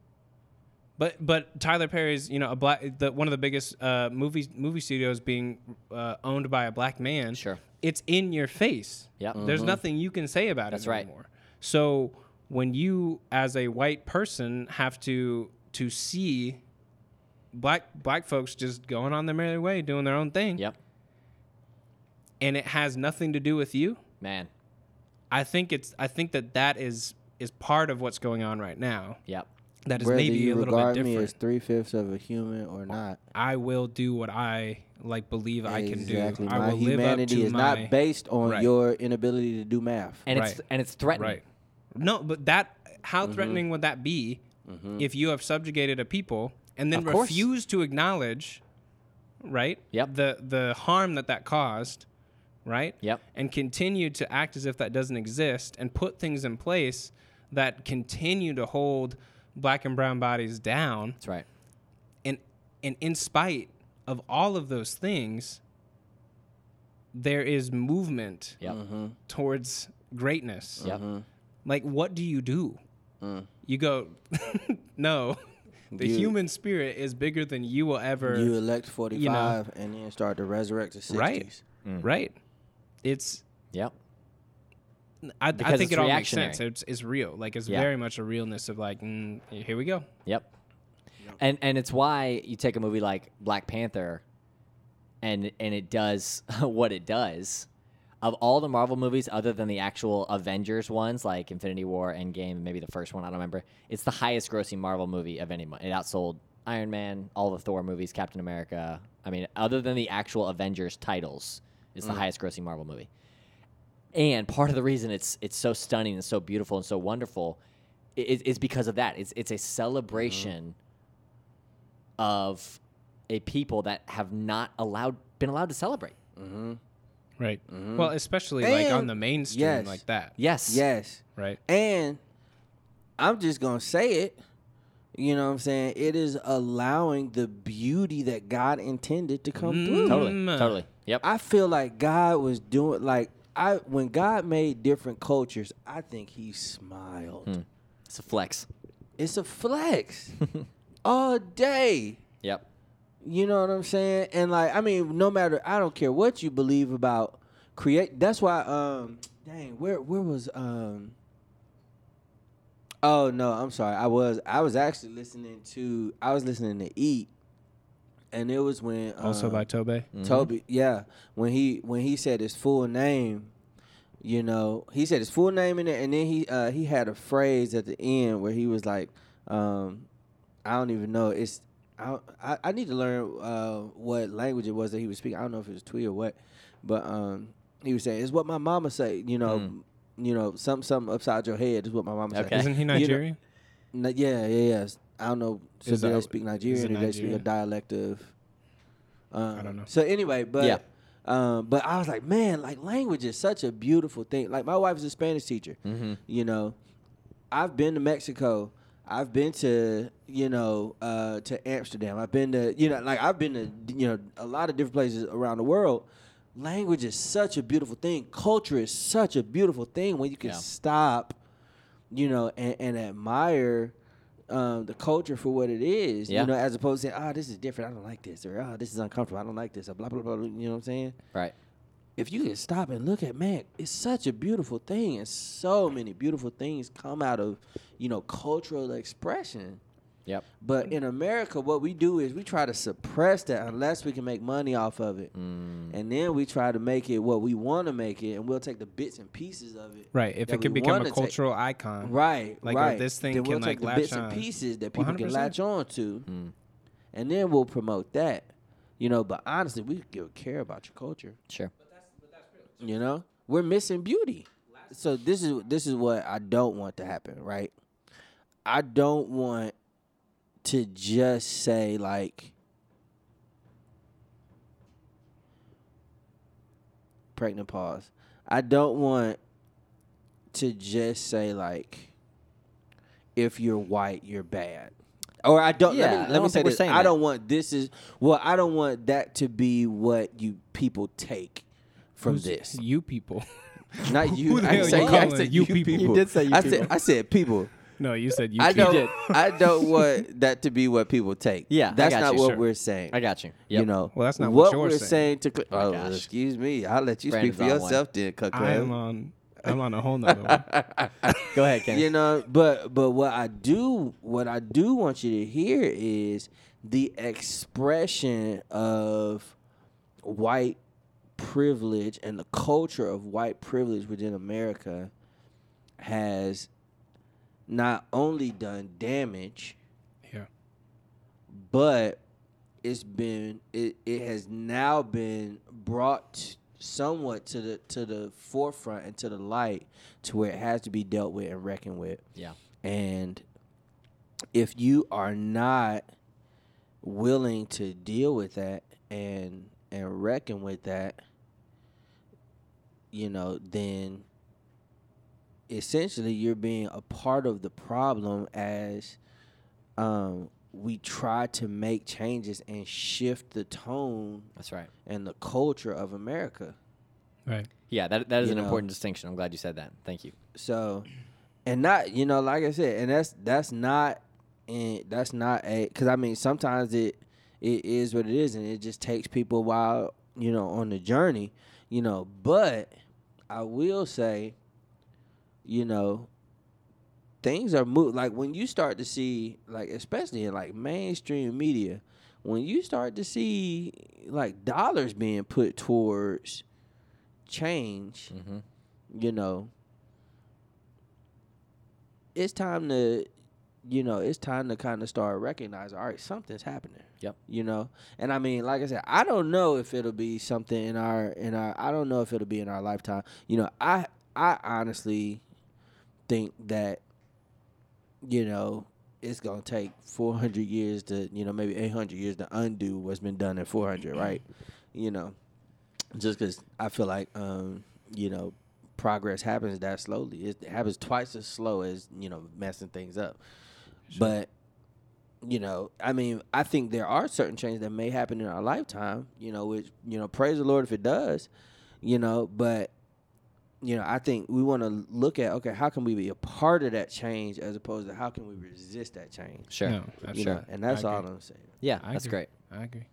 S2: But but Tyler Perry's you know a black the, one of the biggest uh, movie movie studios being uh, owned by a black man.
S1: Sure.
S2: it's in your face.
S1: Yep.
S4: Mm-hmm.
S2: there's nothing you can say about
S1: That's
S2: it
S1: right.
S2: anymore. So when you as a white person have to to see black black folks just going on their merry way doing their own thing,
S1: Yep.
S2: and it has nothing to do with you,
S1: Man.
S2: I think it's I think that that is is part of what's going on right now.
S1: Yep.
S2: That is
S4: Whether
S2: maybe
S4: you
S2: a little bit
S4: regard
S2: different.
S4: me as three fifths of a human or not,
S2: I will do what I like believe I can do.
S4: Exactly.
S2: I
S4: my
S2: will
S4: humanity
S2: live up to
S4: is
S2: my
S4: not based on
S2: Right.
S4: your inability to do math.
S1: And it's
S2: Right.
S1: and it's threatening.
S2: right. No, but that how
S4: Mm-hmm.
S2: threatening would that be if you have subjugated a people and then
S1: Of course.
S2: refuse to acknowledge, right?
S1: Yep.
S2: The the harm that that caused, right?
S1: Yep.
S2: And continue to act as if that doesn't exist and put things in place that continue to hold black and brown bodies down.
S1: That's right.
S2: and and in spite of all of those things there is movement
S1: Yep.
S4: Mm-hmm.
S2: towards greatness
S1: Yep.
S2: like what do you do you go [LAUGHS]
S4: [LAUGHS]
S2: no the
S4: Mm. You-
S2: human spirit is bigger than you will ever
S4: you elect 45 and then start to resurrect the 60s.
S2: Right. right it's
S1: Yep.
S2: i, I
S1: Because
S2: think
S1: it's
S2: it all makes sense
S1: reactionary.
S2: it's, it's real like it's
S1: Yeah.
S2: very much a realness of like mm, here we go
S1: Yep. And and it's why you take a movie like Black Panther and and it does [LAUGHS] what it does. Of all the Marvel movies other than the actual Avengers ones like Infinity War, Endgame, and maybe the first one, I don't remember. It's the highest grossing Marvel movie of any month. It outsold Iron Man, all the Thor movies, Captain America. I mean, other than the actual Avengers titles, it's the highest grossing Marvel movie. And part of the reason it's it's so stunning and so beautiful and so wonderful i- is, is because of that. It's it's a celebration of a people that have not allowed been allowed to celebrate.
S2: right well especially like on
S4: Mm-hmm. And-
S2: the mainstream
S4: yes.
S2: like that
S1: Yes.
S4: Yes.
S2: right
S4: And I'm just going to say it. You know what I'm saying? It is allowing the beauty that God intended to come through.
S1: Totally.
S2: Mm.
S1: Totally. Yep.
S4: I feel like God was doing like I when God made different cultures, I think he smiled.
S1: it's a flex.
S4: It's a flex all day.
S1: Yep.
S4: You know what I'm saying? And like, I mean, no matter, I don't care what you believe about create. That's why, um, dang, where where was um. Oh no, I'm sorry. I was I was actually listening to I was listening to Eat, and it was when
S2: also
S4: um,
S2: by tobe
S4: Toby, yeah. When he when he said his full name, you know, he said his full name in it, and then he uh, he had a phrase at the end where he was like, um, "I don't even know." It's I don't- I, I need to learn uh, what language it was that he was speaking. I don't know if it was Twi or what, but um, he was saying it's what my mama say. You know, you know, some something upside your head is what my mama
S1: Okay.
S4: say.
S2: isn't he
S4: [LAUGHS] You know-
S2: nigerian
S4: no, yeah, yeah, yeah. S- I don't know. So
S2: Is
S4: do they
S2: that-
S4: speak
S2: is
S4: Nigerian?
S2: it
S4: Do they speak a
S2: Nigerian?
S4: dialect of? Um,
S2: don't know.
S4: So anyway, but
S1: Yeah.
S4: um, but I was like, man, like language is such a beautiful thing. Like my wife's a Spanish teacher.
S1: Mm-hmm.
S4: You know, I've been to Mexico. I've been to you know uh, to Amsterdam. I've been to you know like I've been to you know a lot of different places around the world. Language is such a beautiful thing. Culture is such a beautiful thing when you can
S1: Yeah.
S4: stop, you know, and, and admire um, the culture for what it is.
S1: Yeah.
S4: You know, as opposed to saying, "Ah, this is different. I don't like this," or "Ah, this is uncomfortable. I don't like this." Or blah blah blah. blah, You know what I'm saying?
S1: Right.
S4: if you can stop and look at man, it's such a beautiful thing, and so many beautiful things come out of, you know, cultural expression.
S1: Yep.
S4: But in America, what we do is we try to suppress that unless we can make money off of it,
S1: Mm-hmm. Mm,
S4: and then we try to make it what we want to make it, and we'll take the bits and pieces of it.
S2: Right. If
S4: that
S2: it could
S4: we
S2: become
S4: wanna
S2: a
S4: take.
S2: cultural icon.
S4: Right.
S2: Like, or
S4: right.
S2: this thing
S4: then we'll
S2: can,
S4: take
S2: like,
S4: the
S2: latch
S4: bits and
S2: on.
S4: pieces that people can
S2: 100%.
S4: latch on to, and then we'll promote that. You know, but honestly, we don't care about your culture.
S1: Sure.
S4: You know, we're missing beauty. So this is this is what I don't want to happen, right? I don't want to just say like pregnant pause. I don't want to just say like if you're white, you're bad. Or I don't.
S1: Yeah, I
S4: let me, let
S1: don't
S4: me say
S1: think we're
S4: this.
S1: saying
S4: I
S1: that.
S4: don't want this is well. I don't want that to be what you people take from this.
S2: You people.
S4: Not
S2: [LAUGHS]
S4: you.
S2: the
S4: I
S2: hell
S4: didn't say
S2: you
S4: you. I
S2: calling?
S4: said
S2: You
S4: you
S2: people.
S4: people.
S2: You
S5: did say you
S4: I
S5: people.
S4: said I said people.
S2: [LAUGHS] No, you [LAUGHS] said you.
S4: I
S2: people.
S4: don't. I
S2: [LAUGHS]
S4: don't want that to be what people take.
S1: Yeah, I
S4: that's
S1: got
S4: not
S1: you,
S4: what
S1: sure.
S4: we're saying.
S1: I got you.
S4: You
S1: Yep.
S4: know.
S2: Well, that's not what
S4: what,
S2: you're
S4: we're
S2: saying.
S4: saying. to. Cl-
S1: my
S4: oh,
S1: gosh.
S4: excuse me. I'll let you
S1: Brandon's
S4: speak
S1: on
S4: for
S1: one.
S4: yourself, then,
S2: I am
S4: Cuckoo.
S1: [LAUGHS]
S2: on. I'm on a whole nother one.
S1: Go ahead, Kenny.
S4: You know, but but what I do, what I do want you to hear is the expression of white privilege and the culture of white privilege within America has not only done damage.
S2: Yeah.
S4: but it's been it, it has now been brought somewhat to the to the forefront and to the light to where it has to be dealt with and reckoned with
S1: Yeah.
S4: and if you are not willing to deal with that and and reckon with that you know then essentially you're being a part of the problem as um we try to make changes and shift the tone
S1: That's right.
S4: and the culture of America.
S2: Right.
S1: Yeah, that, that is
S4: You
S1: an
S4: know.
S1: important distinction. I'm glad you said that. Thank you.
S4: So, and not you know, like I said, and that's that's not, and that's not a because I mean sometimes it it is what it is, and it just takes people a while, you know, on the journey, you know. But I will say, you know, things are moved. Like when you start to see, like especially in like mainstream media, when you start to see like dollars being put towards change,
S1: Mm-hmm.
S4: you know, it's time to, you know, it's time to kind of start recognizing, all right, something's happening.
S1: Yep.
S4: You know, and I mean, like I said, I don't know if it'll be something in our in our. I don't know if it'll be in our lifetime. You know, I I honestly think that, you know. It's gonna take 400 years to, you know, maybe 800 years to undo what's been done in 400, right? You know, just because I feel like um, you know progress happens that slowly. It happens twice as slow as you know messing things up. But you know, I mean, I think there are certain changes that may happen in our lifetime. You know, which you know, praise the Lord if it does. You know, but you know, I think we want to look at okay, how can we be a part of that change as opposed to how can we resist that change?
S1: Sure.
S2: No,
S4: You know,
S2: absolutely.
S4: and that's
S2: I
S4: all
S2: agree.
S4: I'm saying.
S1: Yeah,
S2: I
S1: that's
S2: agree.
S1: great.
S2: I agree.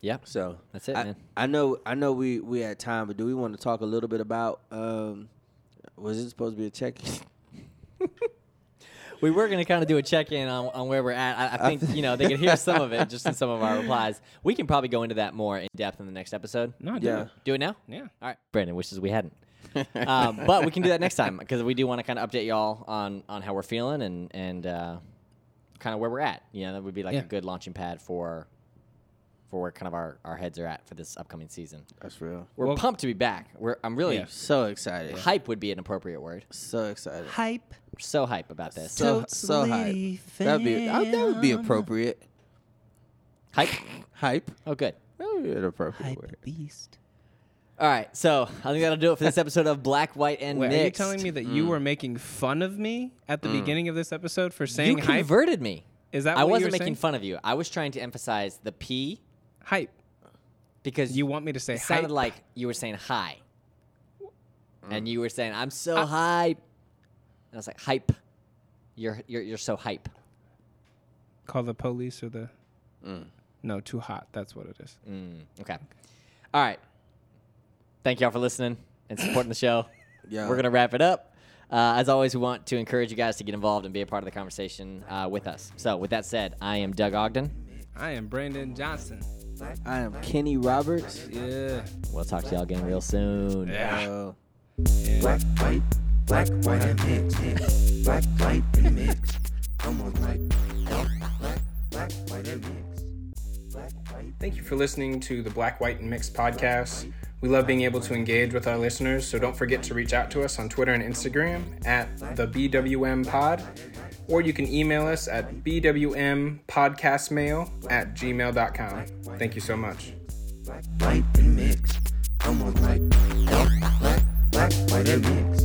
S1: Yep.
S4: So
S1: That's it,
S4: I,
S1: man.
S4: I know, I know, we we had time, but do we want to talk a little bit about? Um, was it supposed to be a check?
S1: We were going to kind of do a check in on, on where we're at. I, I
S4: I
S1: think,
S4: thi-
S1: you know, they could hear some of it just in some of our replies. We can probably go into that more in depth in the next episode.
S4: [LAUGHS]
S2: No,
S4: yeah,
S2: yeah,
S1: Do it now?
S2: yeah.
S1: All right. Brandon wishes we hadn't.
S2: [LAUGHS]
S1: um, but we can do that next time because we do want to kind of update y'all on, on how we're feeling and, and uh, kind of where we're at. You know, that would be like
S2: Yeah.
S1: a good launching pad for for where kind of our, our heads are at for this upcoming season.
S4: that's real.
S1: We're
S2: Well-
S1: pumped to be back. We're, I'm really
S2: Yeah.
S4: So excited,
S1: hype would be an appropriate word.
S4: so excited,
S5: Hype.
S1: We're so hype about this.
S4: so so hype. That'd be uh, that would be appropriate.
S1: hype.
S4: Hype.
S1: Oh, good.
S4: That would be an appropriate
S5: Hype
S4: word.
S5: beast.
S1: All right, so I think that'll do it for this episode of Black, White, and
S2: Wait,
S1: Mixed.
S2: are you telling me that you were making fun of me at the beginning of this episode for
S1: You
S2: saying hype?
S1: converted me?
S2: Is that
S1: I
S2: what you
S1: wasn't
S2: were
S1: making
S2: saying?
S1: fun of you. I was trying to emphasize the P
S2: Hype.
S1: because
S2: You want me to say
S1: it sounded
S2: hype?
S1: like you were saying hi, and you were saying I'm so hype. And I was like hype. You're you're you're so hype.
S2: Call the police or the. No, too hot. That's what it is.
S1: Mm, okay. All right. Thank y'all for listening and supporting the show.
S4: Yeah.
S1: We're going to wrap it up. Uh, as always, we want to encourage you guys to get involved and be a part of the conversation uh, with us. So, with that said, I am Doug Ogden.
S2: I am Brandon Johnson.
S4: I am Kenny Roberts.
S2: Yeah.
S1: We'll talk to y'all again real soon.
S4: Uh,
S3: Black, white, black, white and mixed. mixed. Black, white and mixed. Come on, black, black, black, black, white and mixed. Black, white.
S2: Thank you for listening to the Black, White, and Mixed podcast. We love being able to engage with our listeners, so don't forget to reach out to us on Twitter and Instagram at the BWM Pod, or you can email us at bwmpodcastmail at gmail.com. Tblack, you so much.
S3: black, white and mixed. Come on, black, black, black, black, white and mixed.